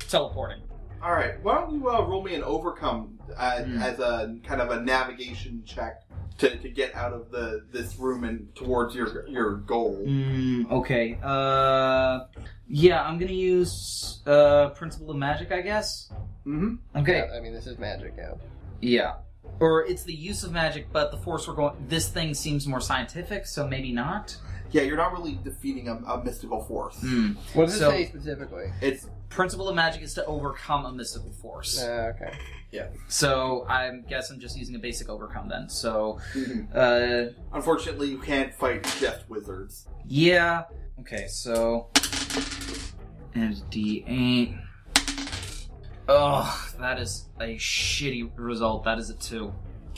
[SPEAKER 2] teleporting.
[SPEAKER 1] All right, why don't you uh, roll me an overcome uh,
[SPEAKER 2] Hmm.
[SPEAKER 1] as a kind of a navigation check to, to get out of the this room and towards your your goal.
[SPEAKER 2] Mm, okay. Uh, yeah, I'm gonna use uh principle of magic, I guess.
[SPEAKER 1] Mm-hmm.
[SPEAKER 2] Okay.
[SPEAKER 3] Yeah, I mean, this is magic now.
[SPEAKER 2] Yeah. Or it's the use of magic, but the force we're going. This thing seems more scientific, so maybe not.
[SPEAKER 1] Yeah, you're not really defeating a, a mystical force.
[SPEAKER 2] Hmm.
[SPEAKER 3] What does
[SPEAKER 2] So-
[SPEAKER 3] it say specifically?
[SPEAKER 1] It's
[SPEAKER 2] Principle of magic is to overcome a mystical force.
[SPEAKER 3] Uh, okay.
[SPEAKER 2] So I guess I'm just using a basic overcome then. So,
[SPEAKER 1] Mhm.
[SPEAKER 2] uh,
[SPEAKER 1] unfortunately you can't fight death wizards.
[SPEAKER 2] yeah. Okay, so and D8. Oh, that is a shitty result. That is a two.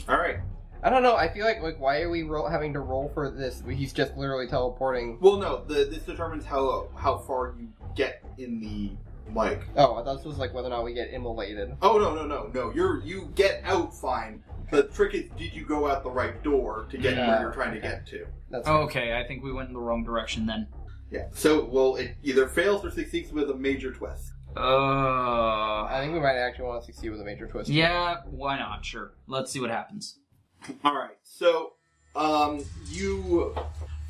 [SPEAKER 1] All right.
[SPEAKER 3] I don't know. I feel like like why are we roll, having to roll for this? He's just literally teleporting.
[SPEAKER 1] Well, no, the, this determines how how far you get in the like.
[SPEAKER 3] Oh, I thought this was like whether or not we get immolated.
[SPEAKER 1] Oh no no no no! You're you get out fine. The trick is, did you go out the right door to get where
[SPEAKER 3] Yeah.
[SPEAKER 1] you're trying to get to?
[SPEAKER 3] That's
[SPEAKER 2] Okay, I think we went in the wrong direction then.
[SPEAKER 1] Yeah. So, well, it either fails or succeeds with a major twist.
[SPEAKER 2] Uh,
[SPEAKER 3] I think we might actually want to succeed with a major twist.
[SPEAKER 2] yeah, why not? Sure. Let's see what happens.
[SPEAKER 1] All right. So, um, you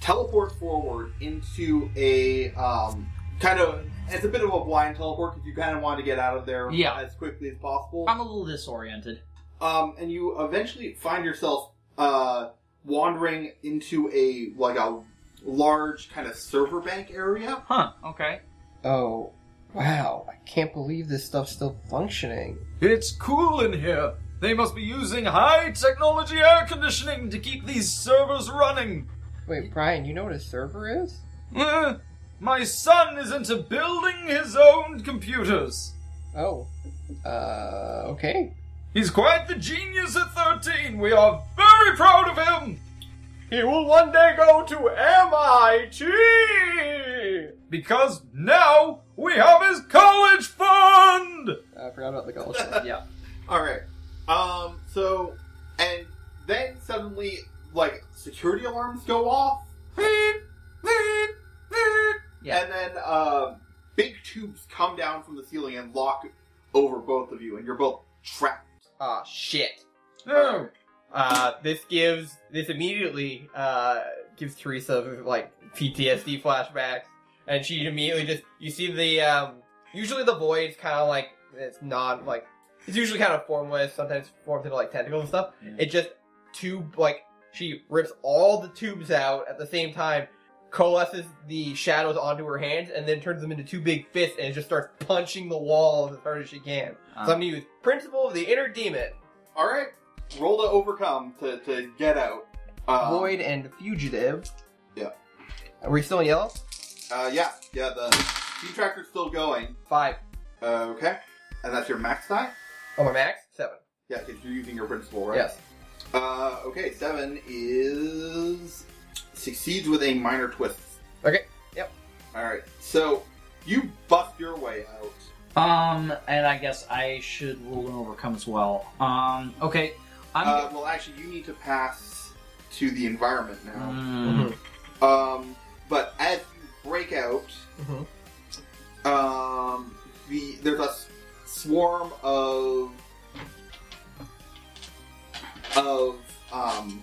[SPEAKER 1] teleport forward into a um, kind of. It's a bit of a blind teleport because you kind of want to get out of there
[SPEAKER 2] Yeah. Um,
[SPEAKER 1] as quickly as possible.
[SPEAKER 2] I'm a little disoriented.
[SPEAKER 1] um, and you eventually find yourself uh, wandering into a like a large kind of server bank area.
[SPEAKER 2] Huh, okay.
[SPEAKER 3] Oh, wow! I can't believe this stuff's still functioning.
[SPEAKER 4] It's cool in here. They must be using high technology air conditioning to keep these servers running.
[SPEAKER 3] Wait, Brian, you know what a server is?
[SPEAKER 4] Eh,
[SPEAKER 2] Uh.
[SPEAKER 4] my son is into building his own computers.
[SPEAKER 3] Oh, uh, okay.
[SPEAKER 4] He's quite the genius at 13. We are very proud of him.
[SPEAKER 5] He will one day go to MIT.
[SPEAKER 4] Because now we have his college fund!
[SPEAKER 3] I forgot about the college. thing.
[SPEAKER 2] Yeah.
[SPEAKER 1] All right. Um, so, and then suddenly, like security alarms go off,
[SPEAKER 2] Yeah.
[SPEAKER 1] and then um, big tubes come down from the ceiling and lock over both of you, and you're both trapped.
[SPEAKER 3] Ah, shit.
[SPEAKER 4] No.
[SPEAKER 3] Uh, this gives this immediately uh gives Teresa like PTSD flashbacks, and she immediately just you see the um usually the void's kind of like it's not like it's usually kind of formless, sometimes forms into like tentacles and stuff.
[SPEAKER 2] Yeah.
[SPEAKER 3] It just tube like she rips all the tubes out at the same time, coalesces the shadows onto her hands, and then turns them into two big fists and just starts punching the walls as hard as she can.
[SPEAKER 1] Um,
[SPEAKER 3] so
[SPEAKER 2] Um,
[SPEAKER 3] I'm gonna use principle of the inner demon.
[SPEAKER 1] All right. Roll to overcome to, to get out. Um,
[SPEAKER 3] Void and Fugitive.
[SPEAKER 1] Yeah.
[SPEAKER 3] Are we still in yellow?
[SPEAKER 1] Uh, yeah, yeah. The speed tractor's still going.
[SPEAKER 3] Five.
[SPEAKER 1] Uh, okay. And that's your max die?
[SPEAKER 3] Oh, my max? Seven.
[SPEAKER 1] Yeah, because you're using your principal, right?
[SPEAKER 3] Yes.
[SPEAKER 1] Uh, okay, seven is. succeeds with a minor twist.
[SPEAKER 3] Okay, yep.
[SPEAKER 1] Alright, so you bust your way out.
[SPEAKER 2] Um, and I guess I should roll and overcome as well. Um, okay. I'm.
[SPEAKER 1] Uh, well, actually, you need to pass to the environment now.
[SPEAKER 2] Mm,
[SPEAKER 1] Um, but as you break out,
[SPEAKER 2] Mm-hmm.
[SPEAKER 3] Mhm.
[SPEAKER 1] um, the, there's a s- swarm of. of, um,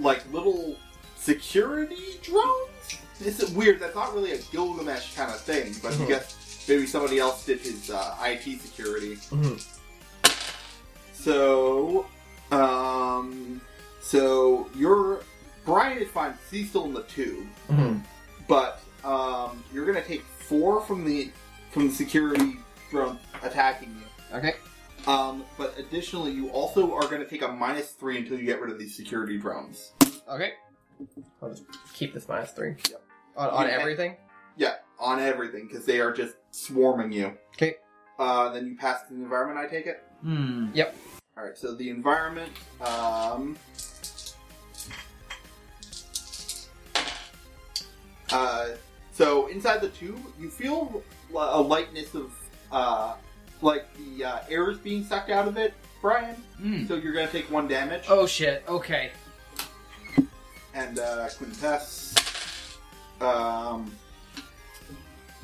[SPEAKER 1] like little security drones? This is weird. That's not really a Gilgamesh kind of thing, but I
[SPEAKER 3] Mhm.
[SPEAKER 1] guess maybe somebody
[SPEAKER 2] Mm-hmm.
[SPEAKER 1] else did his uh, IT security.
[SPEAKER 3] Mhm.
[SPEAKER 1] So, Um, so you're Brian is fine. He's still in the tube,
[SPEAKER 4] Mhm.
[SPEAKER 2] Mm-hmm.
[SPEAKER 1] but um, you're gonna take four from the from the security drone attacking you.
[SPEAKER 2] Okay.
[SPEAKER 1] Um, but additionally, you also are gonna take a minus three until you get rid of these security drones.
[SPEAKER 3] Okay. I'll just keep this minus three. On, on
[SPEAKER 1] Yeah.
[SPEAKER 3] everything?
[SPEAKER 1] on everything because they are just swarming you.
[SPEAKER 3] 'Kay.
[SPEAKER 1] Uh, then you pass the environment. I take it.
[SPEAKER 2] Hmm.
[SPEAKER 1] All right. So the environment. Um, uh, so inside the tube, you feel li- a lightness of uh, like the uh, air is being sucked out of it, Brian.
[SPEAKER 2] Hmm.
[SPEAKER 1] So you're gonna take one damage.
[SPEAKER 2] Oh shit. Okay.
[SPEAKER 1] and uh, Quintess. Um,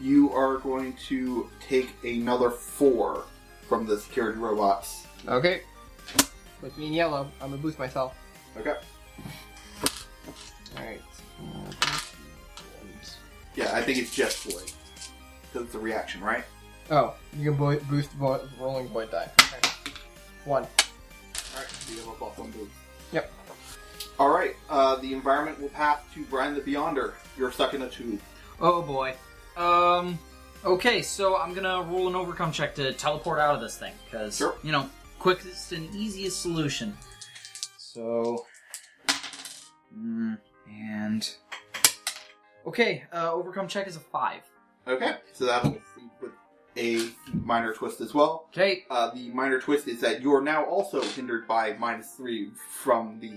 [SPEAKER 1] you are going to take another four from the security robots.
[SPEAKER 3] Okay. With me in yellow, I'm gonna boost myself.
[SPEAKER 1] Okay.
[SPEAKER 3] Alright.
[SPEAKER 1] Yeah, I think it's just Floyd. Because it's a reaction, right?
[SPEAKER 3] Oh, you can bo- boost vo- rolling void die. Okay. One.
[SPEAKER 1] Alright, so you have a plus one boost.
[SPEAKER 3] Yep.
[SPEAKER 1] Alright, uh, the environment will pass to Brian the Beyonder. You're stuck in a tube.
[SPEAKER 2] Oh boy. Um. Okay, so I'm gonna roll an overcome check to teleport out of this thing because
[SPEAKER 1] Sure.
[SPEAKER 2] you know quickest and easiest solution. So. Mm, and. Okay, uh, overcome check is a five.
[SPEAKER 1] Okay. So that'll succeed with a minor twist as well.
[SPEAKER 2] Okay.
[SPEAKER 1] uh, the minor twist is that you are now also hindered by minus three from the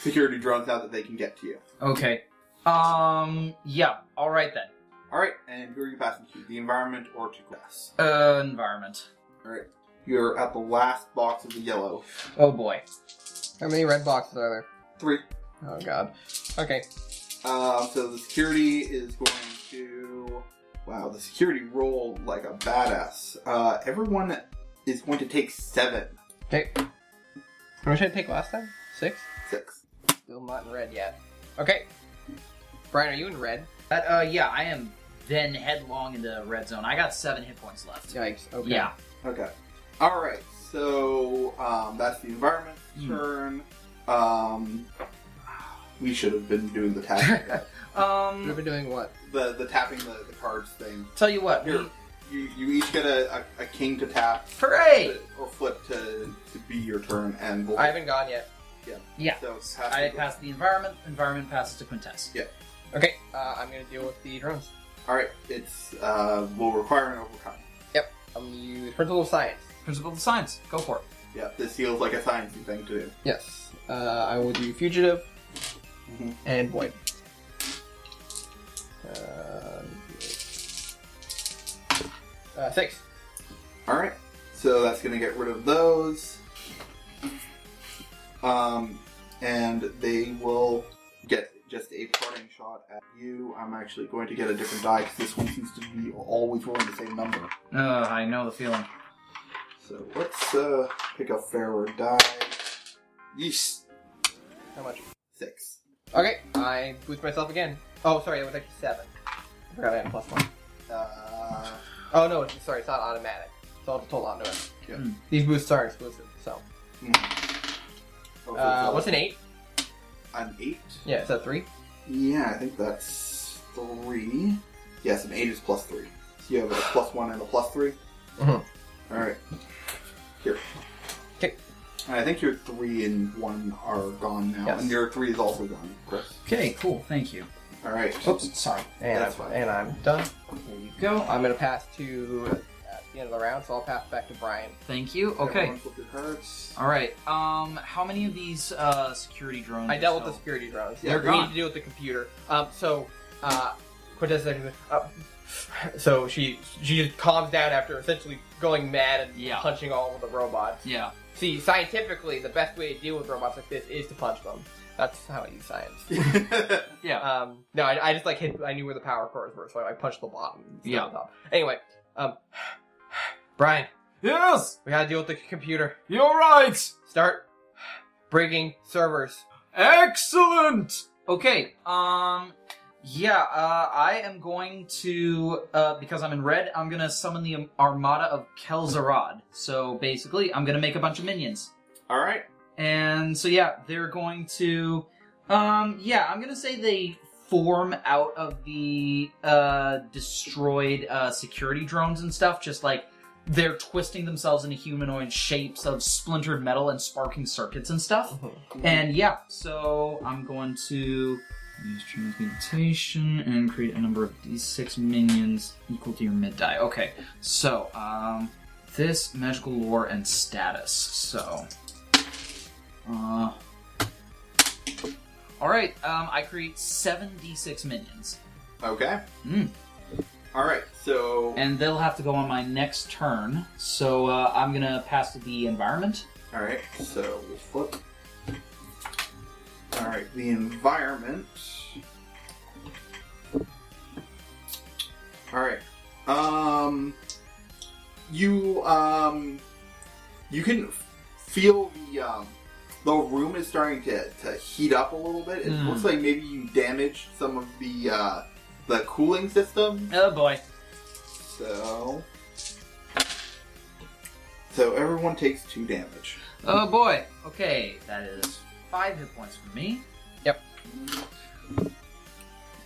[SPEAKER 1] security drones now that they can get to you.
[SPEAKER 2] Okay. Um. Yeah. All right then.
[SPEAKER 1] All right, and who are you passing to? The environment or to class?
[SPEAKER 2] Uh, environment.
[SPEAKER 1] All right, you're at the last box of the yellow.
[SPEAKER 2] Oh boy.
[SPEAKER 3] How many red boxes are
[SPEAKER 1] Three.
[SPEAKER 3] there? Oh god. Okay.
[SPEAKER 1] Um, so the security is going to. Wow, the security rolled like a badass. Uh, everyone is going to take seven,
[SPEAKER 3] Okay. How much did I take last time? Six?
[SPEAKER 1] six.
[SPEAKER 3] Still not in red yet. Okay. Brian, are you in red?
[SPEAKER 2] That. Uh. Yeah. I am then headlong into red zone. I got seven hit points left.
[SPEAKER 3] Yikes. Okay.
[SPEAKER 2] Yeah.
[SPEAKER 1] Okay. All right. So um, that's the environment
[SPEAKER 2] Hmm.
[SPEAKER 1] turn. Um, we should have been doing the tapping,
[SPEAKER 3] We've
[SPEAKER 2] Um.
[SPEAKER 3] been doing what?
[SPEAKER 1] the, the tapping the, the cards thing.
[SPEAKER 2] Tell you what.
[SPEAKER 1] Here,
[SPEAKER 2] we-
[SPEAKER 1] you, you each get a, a, a king to tap
[SPEAKER 2] Hooray!
[SPEAKER 1] or flip to, to be your turn, and we'll,
[SPEAKER 3] I haven't gone yet.
[SPEAKER 2] Yeah.
[SPEAKER 1] so pass
[SPEAKER 2] I
[SPEAKER 1] the-
[SPEAKER 2] pass the environment. Environment passes to Quintess.
[SPEAKER 3] Okay. Uh, I'm gonna deal with the drones.
[SPEAKER 1] All right. It's uh, will require an overcome.
[SPEAKER 3] I'm gonna use principle of science.
[SPEAKER 2] Principle of the science. Go for it.
[SPEAKER 1] Yeah, this feels like a science thing to do.
[SPEAKER 3] Yes. Uh, I will do fugitive
[SPEAKER 1] Mhm.
[SPEAKER 3] and void. Uh, uh, six.
[SPEAKER 1] All right. So that's going to get rid of those. Um, and they will get just a parting shot at you. I'm actually going to get a different die because this one seems to be always rolling the same number.
[SPEAKER 2] Uh, I know the feeling.
[SPEAKER 1] So let's uh, pick a fairer die. Yeesh.
[SPEAKER 3] How much?
[SPEAKER 1] Six.
[SPEAKER 3] Okay. I boost myself again. Oh, sorry. It was actually seven. I forgot I had a plus one.
[SPEAKER 1] Uh,
[SPEAKER 3] Oh no, it's, sorry. It's not automatic. It's all total automatic.
[SPEAKER 1] Yeah.
[SPEAKER 2] Hmm.
[SPEAKER 3] These boosts are exclusive. So, uh, what's an eight?
[SPEAKER 1] an eight?
[SPEAKER 3] Yeah, it's a three.
[SPEAKER 1] Yeah, I think that's three. Yes, an eight is plus three. So you have a plus one and a plus three.
[SPEAKER 3] Mhm.
[SPEAKER 2] Mm-hmm.
[SPEAKER 1] All right. Here.
[SPEAKER 3] 'Kay.
[SPEAKER 1] And I think your three and one are gone now,
[SPEAKER 3] Yes.
[SPEAKER 1] and your three is also gone, Chris.
[SPEAKER 2] Okay, cool. Thank you.
[SPEAKER 1] All right.
[SPEAKER 2] Oops, sorry.
[SPEAKER 3] And
[SPEAKER 1] That's
[SPEAKER 3] I'm,
[SPEAKER 1] fine.
[SPEAKER 3] and I'm done.
[SPEAKER 2] There you go.
[SPEAKER 3] I'm gonna pass to uh, at the end of the round, so I'll pass back to Brian.
[SPEAKER 2] Thank you. Okay.
[SPEAKER 1] Everyone flip your cards.
[SPEAKER 2] All right. Um, how many of these uh security drones?
[SPEAKER 3] I
[SPEAKER 2] are
[SPEAKER 3] dealt with the
[SPEAKER 2] still-
[SPEAKER 3] security drones.
[SPEAKER 1] Yeah,
[SPEAKER 3] we
[SPEAKER 2] go on.
[SPEAKER 3] need to deal with the computer. Um, so, uh, Quintessa, uh, so she she just calms down after essentially going mad and
[SPEAKER 2] Yeah.
[SPEAKER 3] punching all of the robots.
[SPEAKER 2] Yeah.
[SPEAKER 3] See, scientifically, the best way to deal with robots like this is to punch them. That's how I use science.
[SPEAKER 2] Yeah.
[SPEAKER 3] Um, no, I, I just like hit. I knew where the power cores were, so I punched the bottom. instead of
[SPEAKER 2] Yeah.
[SPEAKER 3] the Top. Anyway, um, Brian,
[SPEAKER 4] Yes,
[SPEAKER 3] we gotta deal with the computer.
[SPEAKER 4] you're right.
[SPEAKER 3] Start breaking servers.
[SPEAKER 4] Excellent.
[SPEAKER 2] Okay. Um. Yeah. Uh, I am going to uh because I'm in red. I'm gonna summon the armada of Kel'Zarad. So basically, I'm gonna make a bunch of minions.
[SPEAKER 1] All right.
[SPEAKER 2] And so yeah, they're going to um yeah, I'm going to say they form out of the uh destroyed uh security drones and stuff just like they're twisting themselves into humanoid shapes of splintered metal and sparking circuits and stuff. And yeah, so I'm going to use transmutation and create a number of d6 minions equal to your mid die. Okay, so um, this magical lore and status. So, uh, all right, um, I create seven d6 minions,
[SPEAKER 1] Okay.
[SPEAKER 2] Hmm.
[SPEAKER 1] All right. So
[SPEAKER 2] and they'll have to go on my next turn. So uh, I'm gonna pass to the environment.
[SPEAKER 1] all right. So we flip. All right. The environment. All right. Um. You um. You can f- feel the um. The room is starting to, to heat up a little bit. It
[SPEAKER 2] Hmm.
[SPEAKER 1] looks like maybe you damaged some of the uh, the cooling system.
[SPEAKER 2] Oh boy.
[SPEAKER 1] So. So everyone takes two damage.
[SPEAKER 2] Oh boy. Okay, that is five hit points for me.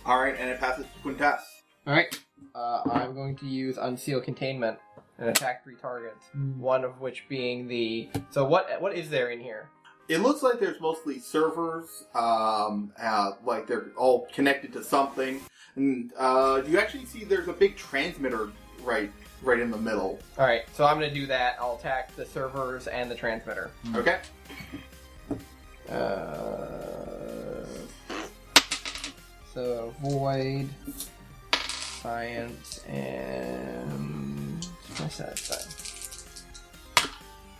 [SPEAKER 1] Alright, and it passes to Quintas.
[SPEAKER 3] Alright. Uh, I'm going to use Unseal Containment and attack three targets. One of which being the. So what what is there in here?
[SPEAKER 1] It looks like there's mostly servers, um, uh, like they're all connected to something. And uh, you actually see there's a big transmitter right right in the middle.
[SPEAKER 3] Alright, so I'm going to do that. I'll attack the servers and the transmitter.
[SPEAKER 1] Okay?
[SPEAKER 3] Uh, so void, science, and my satisfied.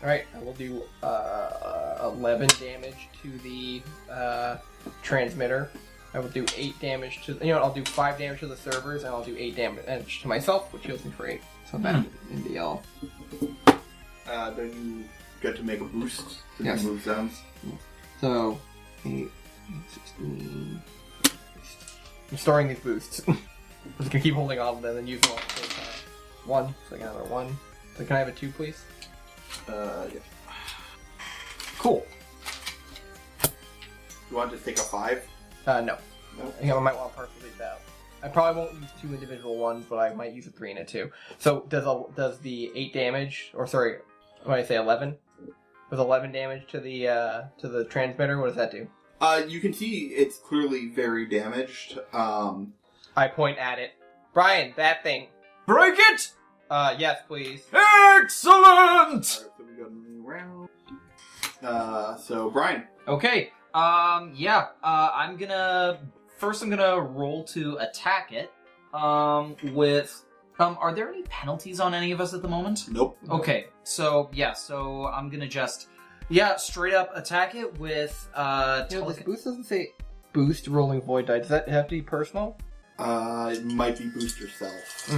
[SPEAKER 3] All right, I will do uh, eleven damage to the uh, transmitter. I will do eight damage to you know what, I'll do five damage to the servers, and I'll do eight damage to myself, which heals me for eight. So that in the L.
[SPEAKER 1] Uh, then you get to make a boost to
[SPEAKER 3] Yes.
[SPEAKER 1] move zones.
[SPEAKER 3] So, 8, 16. I'm storing these boosts. I'm just gonna keep holding on to them and use them all at the same time. One, so I got another one. So can I have a two, please?
[SPEAKER 1] Uh, yeah.
[SPEAKER 3] Cool.
[SPEAKER 1] You want to take a five?
[SPEAKER 3] Uh, no.
[SPEAKER 1] No.
[SPEAKER 3] I think I might want to partially leave that out. I probably won't use two individual ones, but I might use a three and a two. So does a, does the eight damage, or sorry, what did I say, eleven? With eleven damage to the uh, to the transmitter, what does that do?
[SPEAKER 1] Uh, you can see it's clearly very damaged. Um,
[SPEAKER 3] I point at it. Brian, that thing.
[SPEAKER 4] Break it!
[SPEAKER 3] Uh, yes, please.
[SPEAKER 4] Excellent!
[SPEAKER 1] Alright, so we got another round. Uh, so Brian.
[SPEAKER 2] Okay. Um. Yeah. Uh. I'm gonna first. I'm gonna roll to attack it. Um. With. Um. Are there any penalties on any of us at the moment?
[SPEAKER 1] Nope.
[SPEAKER 2] Okay. So yeah. So I'm gonna just. Yeah. Straight up attack it with. Uh.
[SPEAKER 3] You know, this
[SPEAKER 2] tele-
[SPEAKER 3] boost doesn't say boost rolling void die. Does that have to be personal?
[SPEAKER 1] Uh, it might be boost yourself.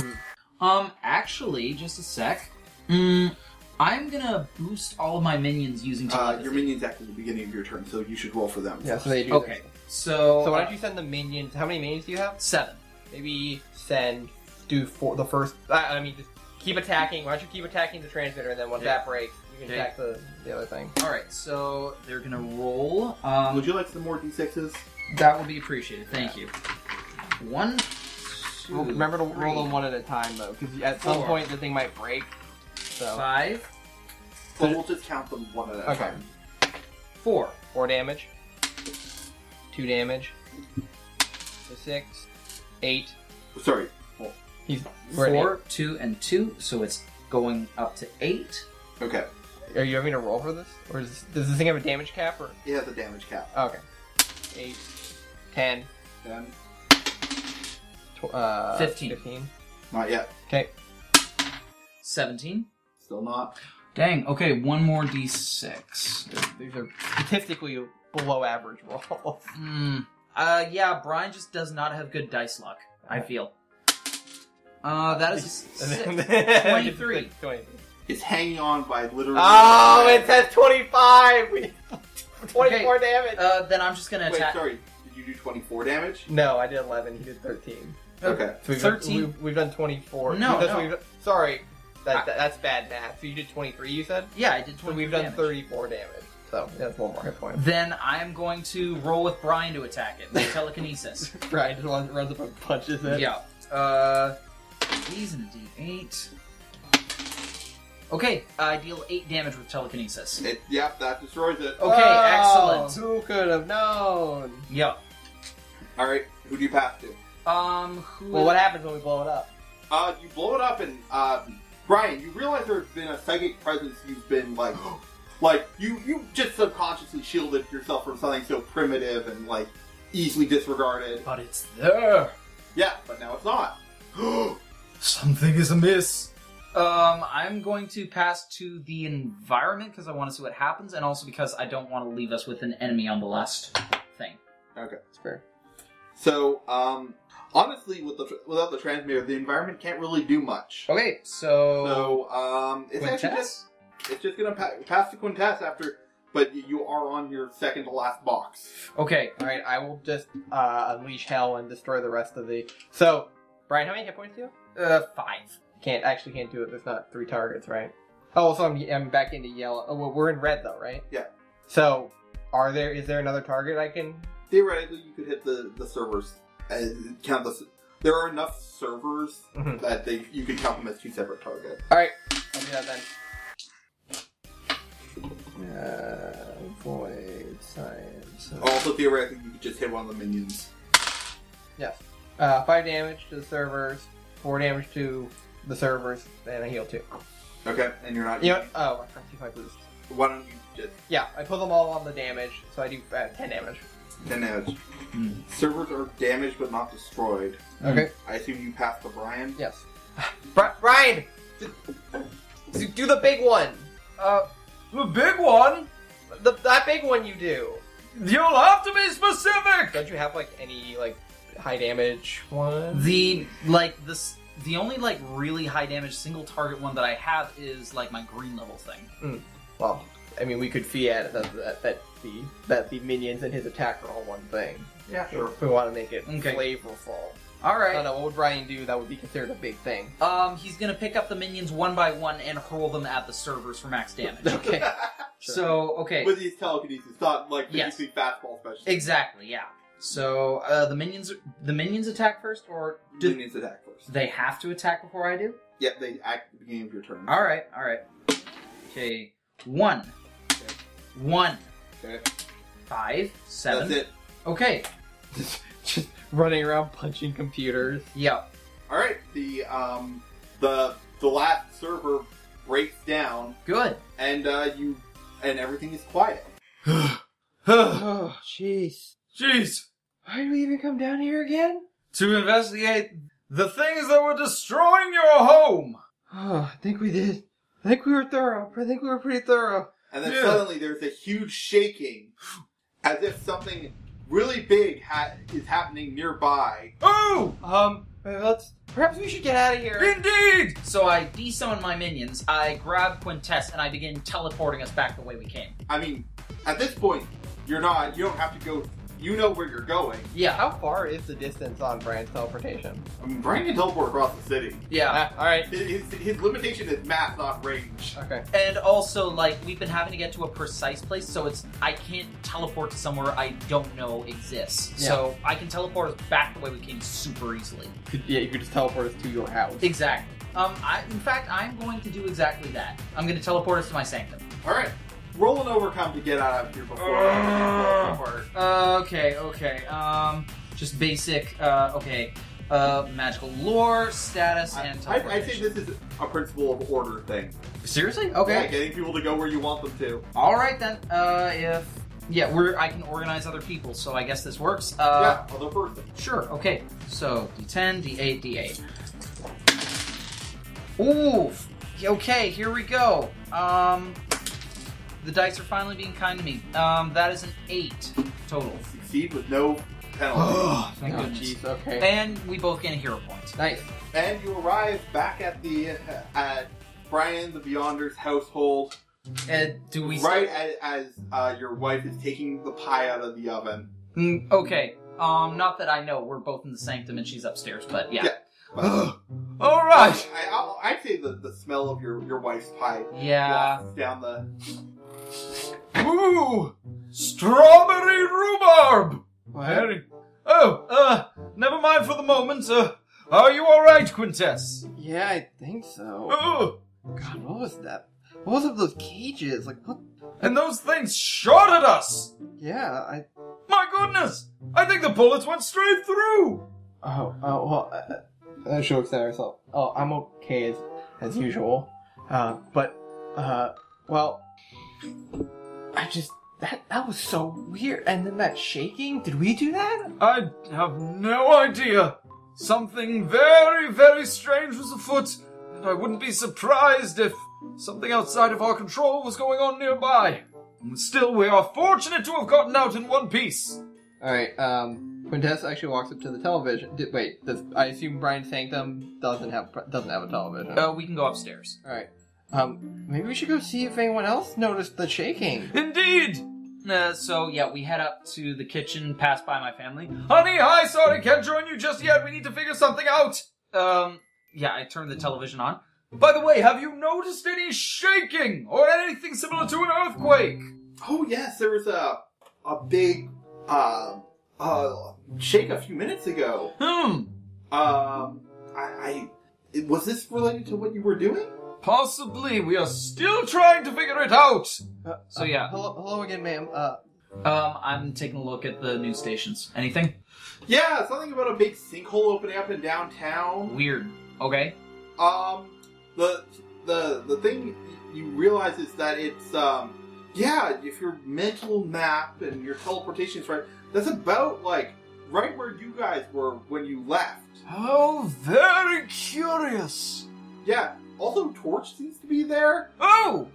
[SPEAKER 2] um. Actually, just a sec. Mm, I'm gonna boost all of my minions using.
[SPEAKER 1] Uh,
[SPEAKER 2] telepathy.
[SPEAKER 1] your minions act at the beginning of your turn, so you should roll for them.
[SPEAKER 3] Yeah, so they do.
[SPEAKER 2] Okay.
[SPEAKER 3] that.
[SPEAKER 2] So.
[SPEAKER 3] So why
[SPEAKER 2] uh,
[SPEAKER 3] don't you send the minions? How many minions do you have?
[SPEAKER 2] Seven.
[SPEAKER 3] Maybe send do for the first. I, I mean, just keep attacking. Why don't you keep attacking the transmitter, and then once
[SPEAKER 2] Yeah.
[SPEAKER 3] that breaks, you can
[SPEAKER 2] Yeah.
[SPEAKER 3] attack the, the other thing.
[SPEAKER 2] All right. So they're gonna roll. Um.
[SPEAKER 1] Would you like some more d6s?
[SPEAKER 2] That would be appreciated. Thank you. One. two,
[SPEAKER 3] remember to roll
[SPEAKER 2] three,
[SPEAKER 3] them one at a time though, because at some
[SPEAKER 2] Four.
[SPEAKER 3] point the thing might break. So
[SPEAKER 2] Five,
[SPEAKER 1] Well, we'll just count them one at a
[SPEAKER 3] Okay.
[SPEAKER 1] time.
[SPEAKER 2] four.
[SPEAKER 3] four damage, two damage, so six, eight.
[SPEAKER 1] Sorry. Well,
[SPEAKER 3] He's we're at eight.
[SPEAKER 2] Four, two, and two. So it's going up to eight.
[SPEAKER 1] Okay.
[SPEAKER 3] Are you having to roll for this, or is, does this thing have a damage cap? Or oh,
[SPEAKER 1] It has a damage cap.
[SPEAKER 3] okay, eight, ten,
[SPEAKER 1] Then,
[SPEAKER 3] tw- uh,
[SPEAKER 2] Fifteen.
[SPEAKER 1] not yet.
[SPEAKER 3] Okay,
[SPEAKER 2] Seventeen.
[SPEAKER 1] Still not.
[SPEAKER 2] Dang. Okay, one more d6.
[SPEAKER 3] these are statistically below average rolls.
[SPEAKER 2] Hmm. Uh, yeah, Brian just does not have good dice luck, I feel. Uh, that is a
[SPEAKER 3] And
[SPEAKER 2] six.
[SPEAKER 3] then-
[SPEAKER 2] 23.
[SPEAKER 3] 23.
[SPEAKER 1] It's hanging on by literally.
[SPEAKER 3] Oh, it says twenty-five. We twenty-four damage.
[SPEAKER 2] Uh, then I'm just gonna
[SPEAKER 1] Wait,
[SPEAKER 2] attack.
[SPEAKER 1] sorry. Did you do 24 damage?
[SPEAKER 3] no, I did eleven. He did thirteen.
[SPEAKER 2] Oh,
[SPEAKER 1] Okay.
[SPEAKER 3] So we've
[SPEAKER 2] Thirteen?
[SPEAKER 3] Done, we've, we've done twenty-four.
[SPEAKER 2] No,
[SPEAKER 3] That's what
[SPEAKER 2] no.
[SPEAKER 3] we've- sorry,
[SPEAKER 2] I-
[SPEAKER 3] that, that, that's bad math. So you did twenty-three. You said.
[SPEAKER 2] Yeah, I did
[SPEAKER 3] So
[SPEAKER 2] twenty.
[SPEAKER 3] we've done
[SPEAKER 2] damage.
[SPEAKER 3] thirty-four damage. So that's one more hit point.
[SPEAKER 2] Then I am going to roll with Brian to attack it with telekinesis.
[SPEAKER 3] Brian just runs, runs up and punches it.
[SPEAKER 2] yeah. Uh, these and a d8. Okay, I deal eight damage with telekinesis.
[SPEAKER 1] It, yep, that destroys it.
[SPEAKER 2] Okay,
[SPEAKER 3] Wow,
[SPEAKER 2] excellent.
[SPEAKER 3] Who could have known?
[SPEAKER 2] Yeah.
[SPEAKER 1] All right, who do you pass to?
[SPEAKER 2] Um, who?
[SPEAKER 3] Well, what happens when we blow it up?
[SPEAKER 1] Uh, you blow it up, and uh, Brian, you realize there's been a psychic presence. You've been like, like you you just subconsciously shielded yourself from something so primitive and like easily disregarded.
[SPEAKER 4] But it's there.
[SPEAKER 1] Yeah, but now it's not.
[SPEAKER 4] Something is amiss.
[SPEAKER 2] Um, I'm going to pass to the environment because I want to see what happens, and also because I don't want to leave us with an enemy on the last thing.
[SPEAKER 3] It's fair.
[SPEAKER 1] so, um, honestly, with the without the transmitter, the environment can't really do much.
[SPEAKER 2] Okay, so.
[SPEAKER 1] So, um, it's actually just
[SPEAKER 2] Quintess?
[SPEAKER 1] it's just gonna pa- pass the quintess after, but y- you are on your second to last box.
[SPEAKER 2] Okay,
[SPEAKER 3] All right, I will just uh, unleash hell and destroy the rest of the. So, Brian, how many hit points do you? have?
[SPEAKER 2] uh, five.
[SPEAKER 3] Can't actually can't do it. There's not three targets, right? Oh, so I'm, I'm back into yellow. Oh, well, we're in red though, right?
[SPEAKER 1] Yeah.
[SPEAKER 3] So, are there is there another target I can?
[SPEAKER 1] theoretically you could hit the the servers and count the. There are enough servers
[SPEAKER 3] Mhm.
[SPEAKER 1] that they you could count them as two separate targets.
[SPEAKER 3] All right, I'll do that then. Uh, void science.
[SPEAKER 1] Also, theoretically, you could just hit one of the minions.
[SPEAKER 3] Yes. Uh, five damage to the servers, four damage to the servers, and I heal two.
[SPEAKER 1] Okay, and you're not.
[SPEAKER 3] You know, oh, I see if I boost.
[SPEAKER 1] Why don't you just
[SPEAKER 3] Yeah, I put them all on the damage, so I do uh, ten damage.
[SPEAKER 1] ten damage?
[SPEAKER 2] Hmm.
[SPEAKER 1] Servers are damaged but not destroyed.
[SPEAKER 4] Mm.
[SPEAKER 3] Okay.
[SPEAKER 1] I assume you pass the Brian.
[SPEAKER 3] Yes. Bri- Brian, do, do the big one.
[SPEAKER 4] Uh, the big one?
[SPEAKER 3] The, that big one you do.
[SPEAKER 4] You'll have to be specific!
[SPEAKER 3] Don't you have like any like high damage one?
[SPEAKER 2] The, like, this. The only, like, really high damage single target one that I have is, like, my green level thing.
[SPEAKER 3] Well, I mean, we could fiat that that that the that the minions and his attack are all one thing.
[SPEAKER 1] Yeah, sure.
[SPEAKER 3] If we want to make it
[SPEAKER 2] Okay.
[SPEAKER 3] flavorful. I don't
[SPEAKER 2] Alright.
[SPEAKER 3] know what would Brian do that would be considered a big thing.
[SPEAKER 2] Um, he's gonna pick up the minions one by one and hurl them at the servers for max damage.
[SPEAKER 3] Okay. Sure.
[SPEAKER 2] So, okay.
[SPEAKER 1] With these telekinesis, not like
[SPEAKER 2] Yes.
[SPEAKER 1] basically fastball special.
[SPEAKER 2] Exactly, yeah. So, uh, the minions, the minions attack first, or do
[SPEAKER 1] Minions attack first.
[SPEAKER 2] They have to attack before I do?
[SPEAKER 1] Yep, they act at the beginning of your turn.
[SPEAKER 2] Alright, alright. Okay. One. One.
[SPEAKER 1] Okay.
[SPEAKER 2] Five. Seven.
[SPEAKER 1] That's it.
[SPEAKER 2] Okay.
[SPEAKER 3] just, just running around punching computers.
[SPEAKER 2] Yeah.
[SPEAKER 1] All right. The um the the last server breaks down
[SPEAKER 2] Good.
[SPEAKER 1] and uh, you and everything is quiet.
[SPEAKER 3] Oh, jeez.
[SPEAKER 4] Jeez.
[SPEAKER 3] Why did we even come down here again?
[SPEAKER 4] To investigate the things that were destroying your home.
[SPEAKER 3] Oh, I think we did. I think we were thorough. I think we were pretty thorough.
[SPEAKER 1] And then
[SPEAKER 4] Yeah.
[SPEAKER 1] suddenly there's a huge shaking, as if something really big ha- is happening nearby.
[SPEAKER 4] Oh!
[SPEAKER 3] Um, let's. Perhaps we should get out of here.
[SPEAKER 4] Indeed!
[SPEAKER 2] So I desummon my minions, I grab Quintess, and I begin teleporting us back the way we came.
[SPEAKER 1] I mean, at this point, you're not. You don't have to go. You know where you're going.
[SPEAKER 2] Yeah.
[SPEAKER 3] How far is the distance on Brian's teleportation? Ah,
[SPEAKER 1] I mean, Brian can teleport across the city.
[SPEAKER 2] Yeah.
[SPEAKER 3] all right.
[SPEAKER 1] His, his, his limitation is mass, not range.
[SPEAKER 3] Okay.
[SPEAKER 2] And also, like, we've been having to get to a precise place, so it's I can't teleport to somewhere I don't know exists.
[SPEAKER 3] Yeah.
[SPEAKER 2] So I can teleport us back the way we came super easily.
[SPEAKER 3] Could- Yeah, you could just teleport us to your house.
[SPEAKER 2] Exactly. Um, I, in fact, I'm going to do exactly that. I'm going to teleport us to my sanctum.
[SPEAKER 1] All right, roll and overcome to get out of here before.
[SPEAKER 4] Uh.
[SPEAKER 1] before-
[SPEAKER 2] Okay, okay. Um, just basic. Uh, okay. Uh, magical lore, status,
[SPEAKER 1] I,
[SPEAKER 2] and
[SPEAKER 1] I, I think
[SPEAKER 2] teleportation.
[SPEAKER 1] this is a principle of order thing.
[SPEAKER 2] Seriously?
[SPEAKER 1] Yeah,
[SPEAKER 2] Okay.
[SPEAKER 1] getting people to go where you want them to.
[SPEAKER 2] All right then. Uh, if yeah, we're I can organize other people, so I guess this works. Uh,
[SPEAKER 1] yeah, other person.
[SPEAKER 2] Sure. Okay. So D10, D8, D8. Ooh. Okay. Here we go. Um, the dice are finally being kind to me. Um, that is an eight total.
[SPEAKER 1] Succeed with no penalty.
[SPEAKER 3] oh,
[SPEAKER 2] Thank goodness.
[SPEAKER 3] jeez. Okay.
[SPEAKER 2] And we both get a hero point.
[SPEAKER 3] nice.
[SPEAKER 1] And you arrive back at the uh, at Brian the Beyonder's household
[SPEAKER 2] Uh, do we
[SPEAKER 1] right as, as uh, your wife is taking the pie out of the oven.
[SPEAKER 2] Mm, okay. Um, not that I know. We're both in the sanctum and she's upstairs, but yeah.
[SPEAKER 1] But-
[SPEAKER 4] Alright!
[SPEAKER 1] I, I'll- I'd say the, the smell of your, your wife's pie
[SPEAKER 2] Yeah.
[SPEAKER 1] wafts down the.
[SPEAKER 4] Ooh, strawberry rhubarb. Very. Oh, uh, never mind for the moment. Uh, are you all right, Quintess? Oh,
[SPEAKER 3] Yeah, I think so.
[SPEAKER 4] Ooh,
[SPEAKER 3] God, what was that? What was up those cages? Like what?
[SPEAKER 4] and those things shot at us.
[SPEAKER 3] Yeah, I.
[SPEAKER 4] My goodness! I think the bullets went straight through.
[SPEAKER 3] Oh, oh well. Uh, uh, she'll extend herself. Oh, I'm okay as as usual. Uh, but uh, well, I just that that was so weird. And then that shaking. Did we do that?
[SPEAKER 4] I have no idea. Something very, very strange was afoot, and I wouldn't be surprised if something outside of our control was going on nearby. Still, we are fortunate to have gotten out in one piece.
[SPEAKER 3] All right. Um, Quintess actually walks up to the television. Did, wait, does, I assume Brian Sanctum doesn't have doesn't have a television.
[SPEAKER 2] Uh, we can go upstairs.
[SPEAKER 3] All right. Um, maybe we should go see if anyone else noticed the shaking.
[SPEAKER 4] Indeed!
[SPEAKER 2] Uh, so yeah, we head up to the kitchen, pass by my family.
[SPEAKER 4] Honey, hi, sorry, can't join you just yet. We need to figure something out.
[SPEAKER 2] Um, yeah, I turn the television on.
[SPEAKER 4] By the way, have you noticed any shaking or anything similar to an earthquake?
[SPEAKER 1] Oh yes, there was a a big uh, uh, shake a few minutes ago.
[SPEAKER 4] Hmm,
[SPEAKER 1] Um, I, I was this related to what you were doing?
[SPEAKER 4] possibly. We are still trying to figure it out.
[SPEAKER 2] So yeah,
[SPEAKER 3] Hello, hello again, ma'am. Uh,
[SPEAKER 2] um, I'm taking a look at the news stations. Anything
[SPEAKER 1] Yeah, something about a big sinkhole opening up in downtown.
[SPEAKER 2] weird? Okay.
[SPEAKER 1] Um, the the the thing you realize is that it's um, yeah, if your mental map and your teleportation is right, that's about like right where you guys were when you left.
[SPEAKER 4] Oh, very curious.
[SPEAKER 1] Yeah. Also, Torch seems to be there.
[SPEAKER 4] Oh!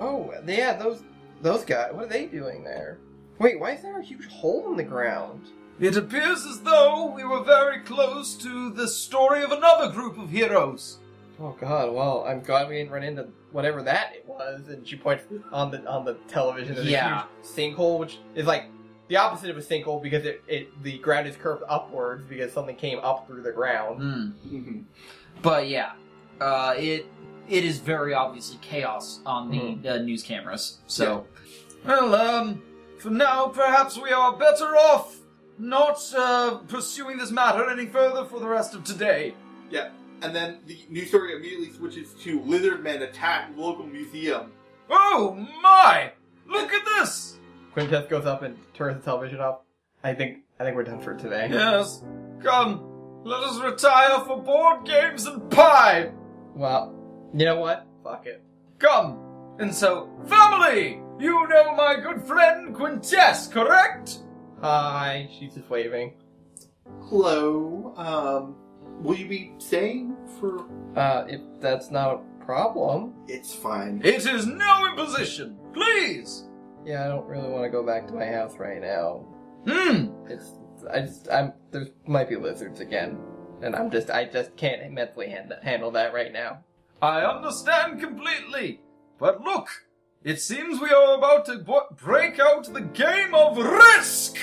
[SPEAKER 3] oh, yeah, those those guys. What are they doing there? Wait, why is there a huge hole in the ground?
[SPEAKER 4] It appears as though we were very close to the story of another group of heroes.
[SPEAKER 3] Oh God! Well, I'm glad we didn't run into whatever that it was. And she points on the on the television. There's
[SPEAKER 2] Yeah.
[SPEAKER 3] a huge sinkhole, which is like the opposite of a sinkhole because it, it the ground is curved upwards because something came up through the ground.
[SPEAKER 2] Hmm.
[SPEAKER 1] Mm-hmm.
[SPEAKER 2] But yeah, uh, it it is very obviously chaos on the uh, news cameras. So
[SPEAKER 4] Hmm. Well, um, for now, perhaps we are better off not uh, pursuing this matter any further for the rest of today.
[SPEAKER 1] And then the news story immediately switches to lizard men attack local museum.
[SPEAKER 4] Oh my! Look at this!
[SPEAKER 3] Quintess goes up and turns the television off. I think I think we're done for today.
[SPEAKER 4] Yes, come, let us retire for board games and pie!
[SPEAKER 3] Well, you know what? Fuck it.
[SPEAKER 4] Come! And so, family! You know my good friend Quintess, correct?
[SPEAKER 3] Hi. She's just waving.
[SPEAKER 1] Hello. Um, will you be staying for?
[SPEAKER 3] Uh, if that's not a problem.
[SPEAKER 1] It's fine.
[SPEAKER 4] It is no imposition, please!
[SPEAKER 3] Yeah, I don't really want to go back to my house right now.
[SPEAKER 4] Hmm,
[SPEAKER 3] It's I just I'm there might be lizards again, and I'm just I just can't mentally hand, handle that right now.
[SPEAKER 4] I understand completely. But look, it seems we are about to bo- break out the game of risk!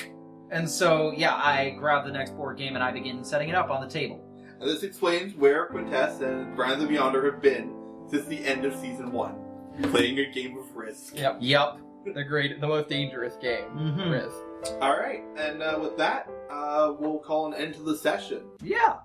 [SPEAKER 2] and so yeah, I grab the next board game and I begin setting it up on the table.
[SPEAKER 1] And this explains where Quintess and Brian the Beyonder have been since the end of season one, playing a game of Risk.
[SPEAKER 3] Yep,
[SPEAKER 2] Yep.
[SPEAKER 3] the great, the most dangerous game.
[SPEAKER 2] hmm
[SPEAKER 3] Risk.
[SPEAKER 1] All right, and uh, with that, uh, we'll call an end to the session.
[SPEAKER 2] Yeah.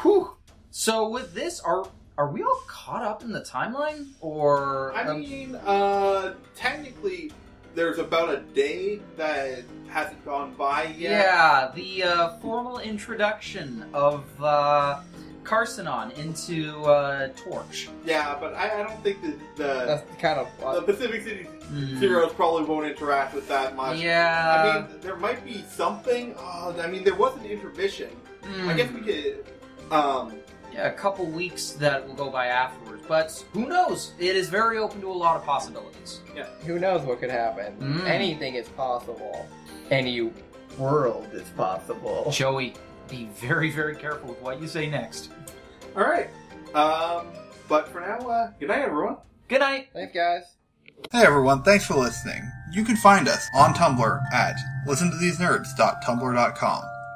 [SPEAKER 2] Whew. So with this, are are we all caught up in the timeline, or
[SPEAKER 1] I
[SPEAKER 2] um,
[SPEAKER 1] mean, uh, technically, there's about a day that hasn't gone by yet.
[SPEAKER 2] yeah. the uh, formal introduction of uh, Carcinon into uh, Torch.
[SPEAKER 1] Yeah, but I, I don't think that the,
[SPEAKER 3] That's kind of
[SPEAKER 1] the
[SPEAKER 3] uh,
[SPEAKER 1] Pacific City
[SPEAKER 2] Hmm.
[SPEAKER 1] Zeros probably won't interact with that much. I
[SPEAKER 2] Yeah.
[SPEAKER 1] mean, there might be something. Uh, I mean, there was an intermission. I
[SPEAKER 2] Hmm.
[SPEAKER 1] guess we could. Um,
[SPEAKER 2] a couple weeks that will go by afterwards. But who knows? It is very open to a lot of possibilities.
[SPEAKER 3] who knows what could happen.
[SPEAKER 2] Mm.
[SPEAKER 3] Anything is possible. Any world is
[SPEAKER 1] Oh.
[SPEAKER 3] possible.
[SPEAKER 2] Joey, be very, very careful with what you say next.
[SPEAKER 1] all right. Um, but for now, uh, good night, everyone.
[SPEAKER 2] Good night.
[SPEAKER 3] Thanks, guys.
[SPEAKER 6] Hey everyone, thanks for listening. You can find us on Tumblr at listentothesenerds.tumblr.com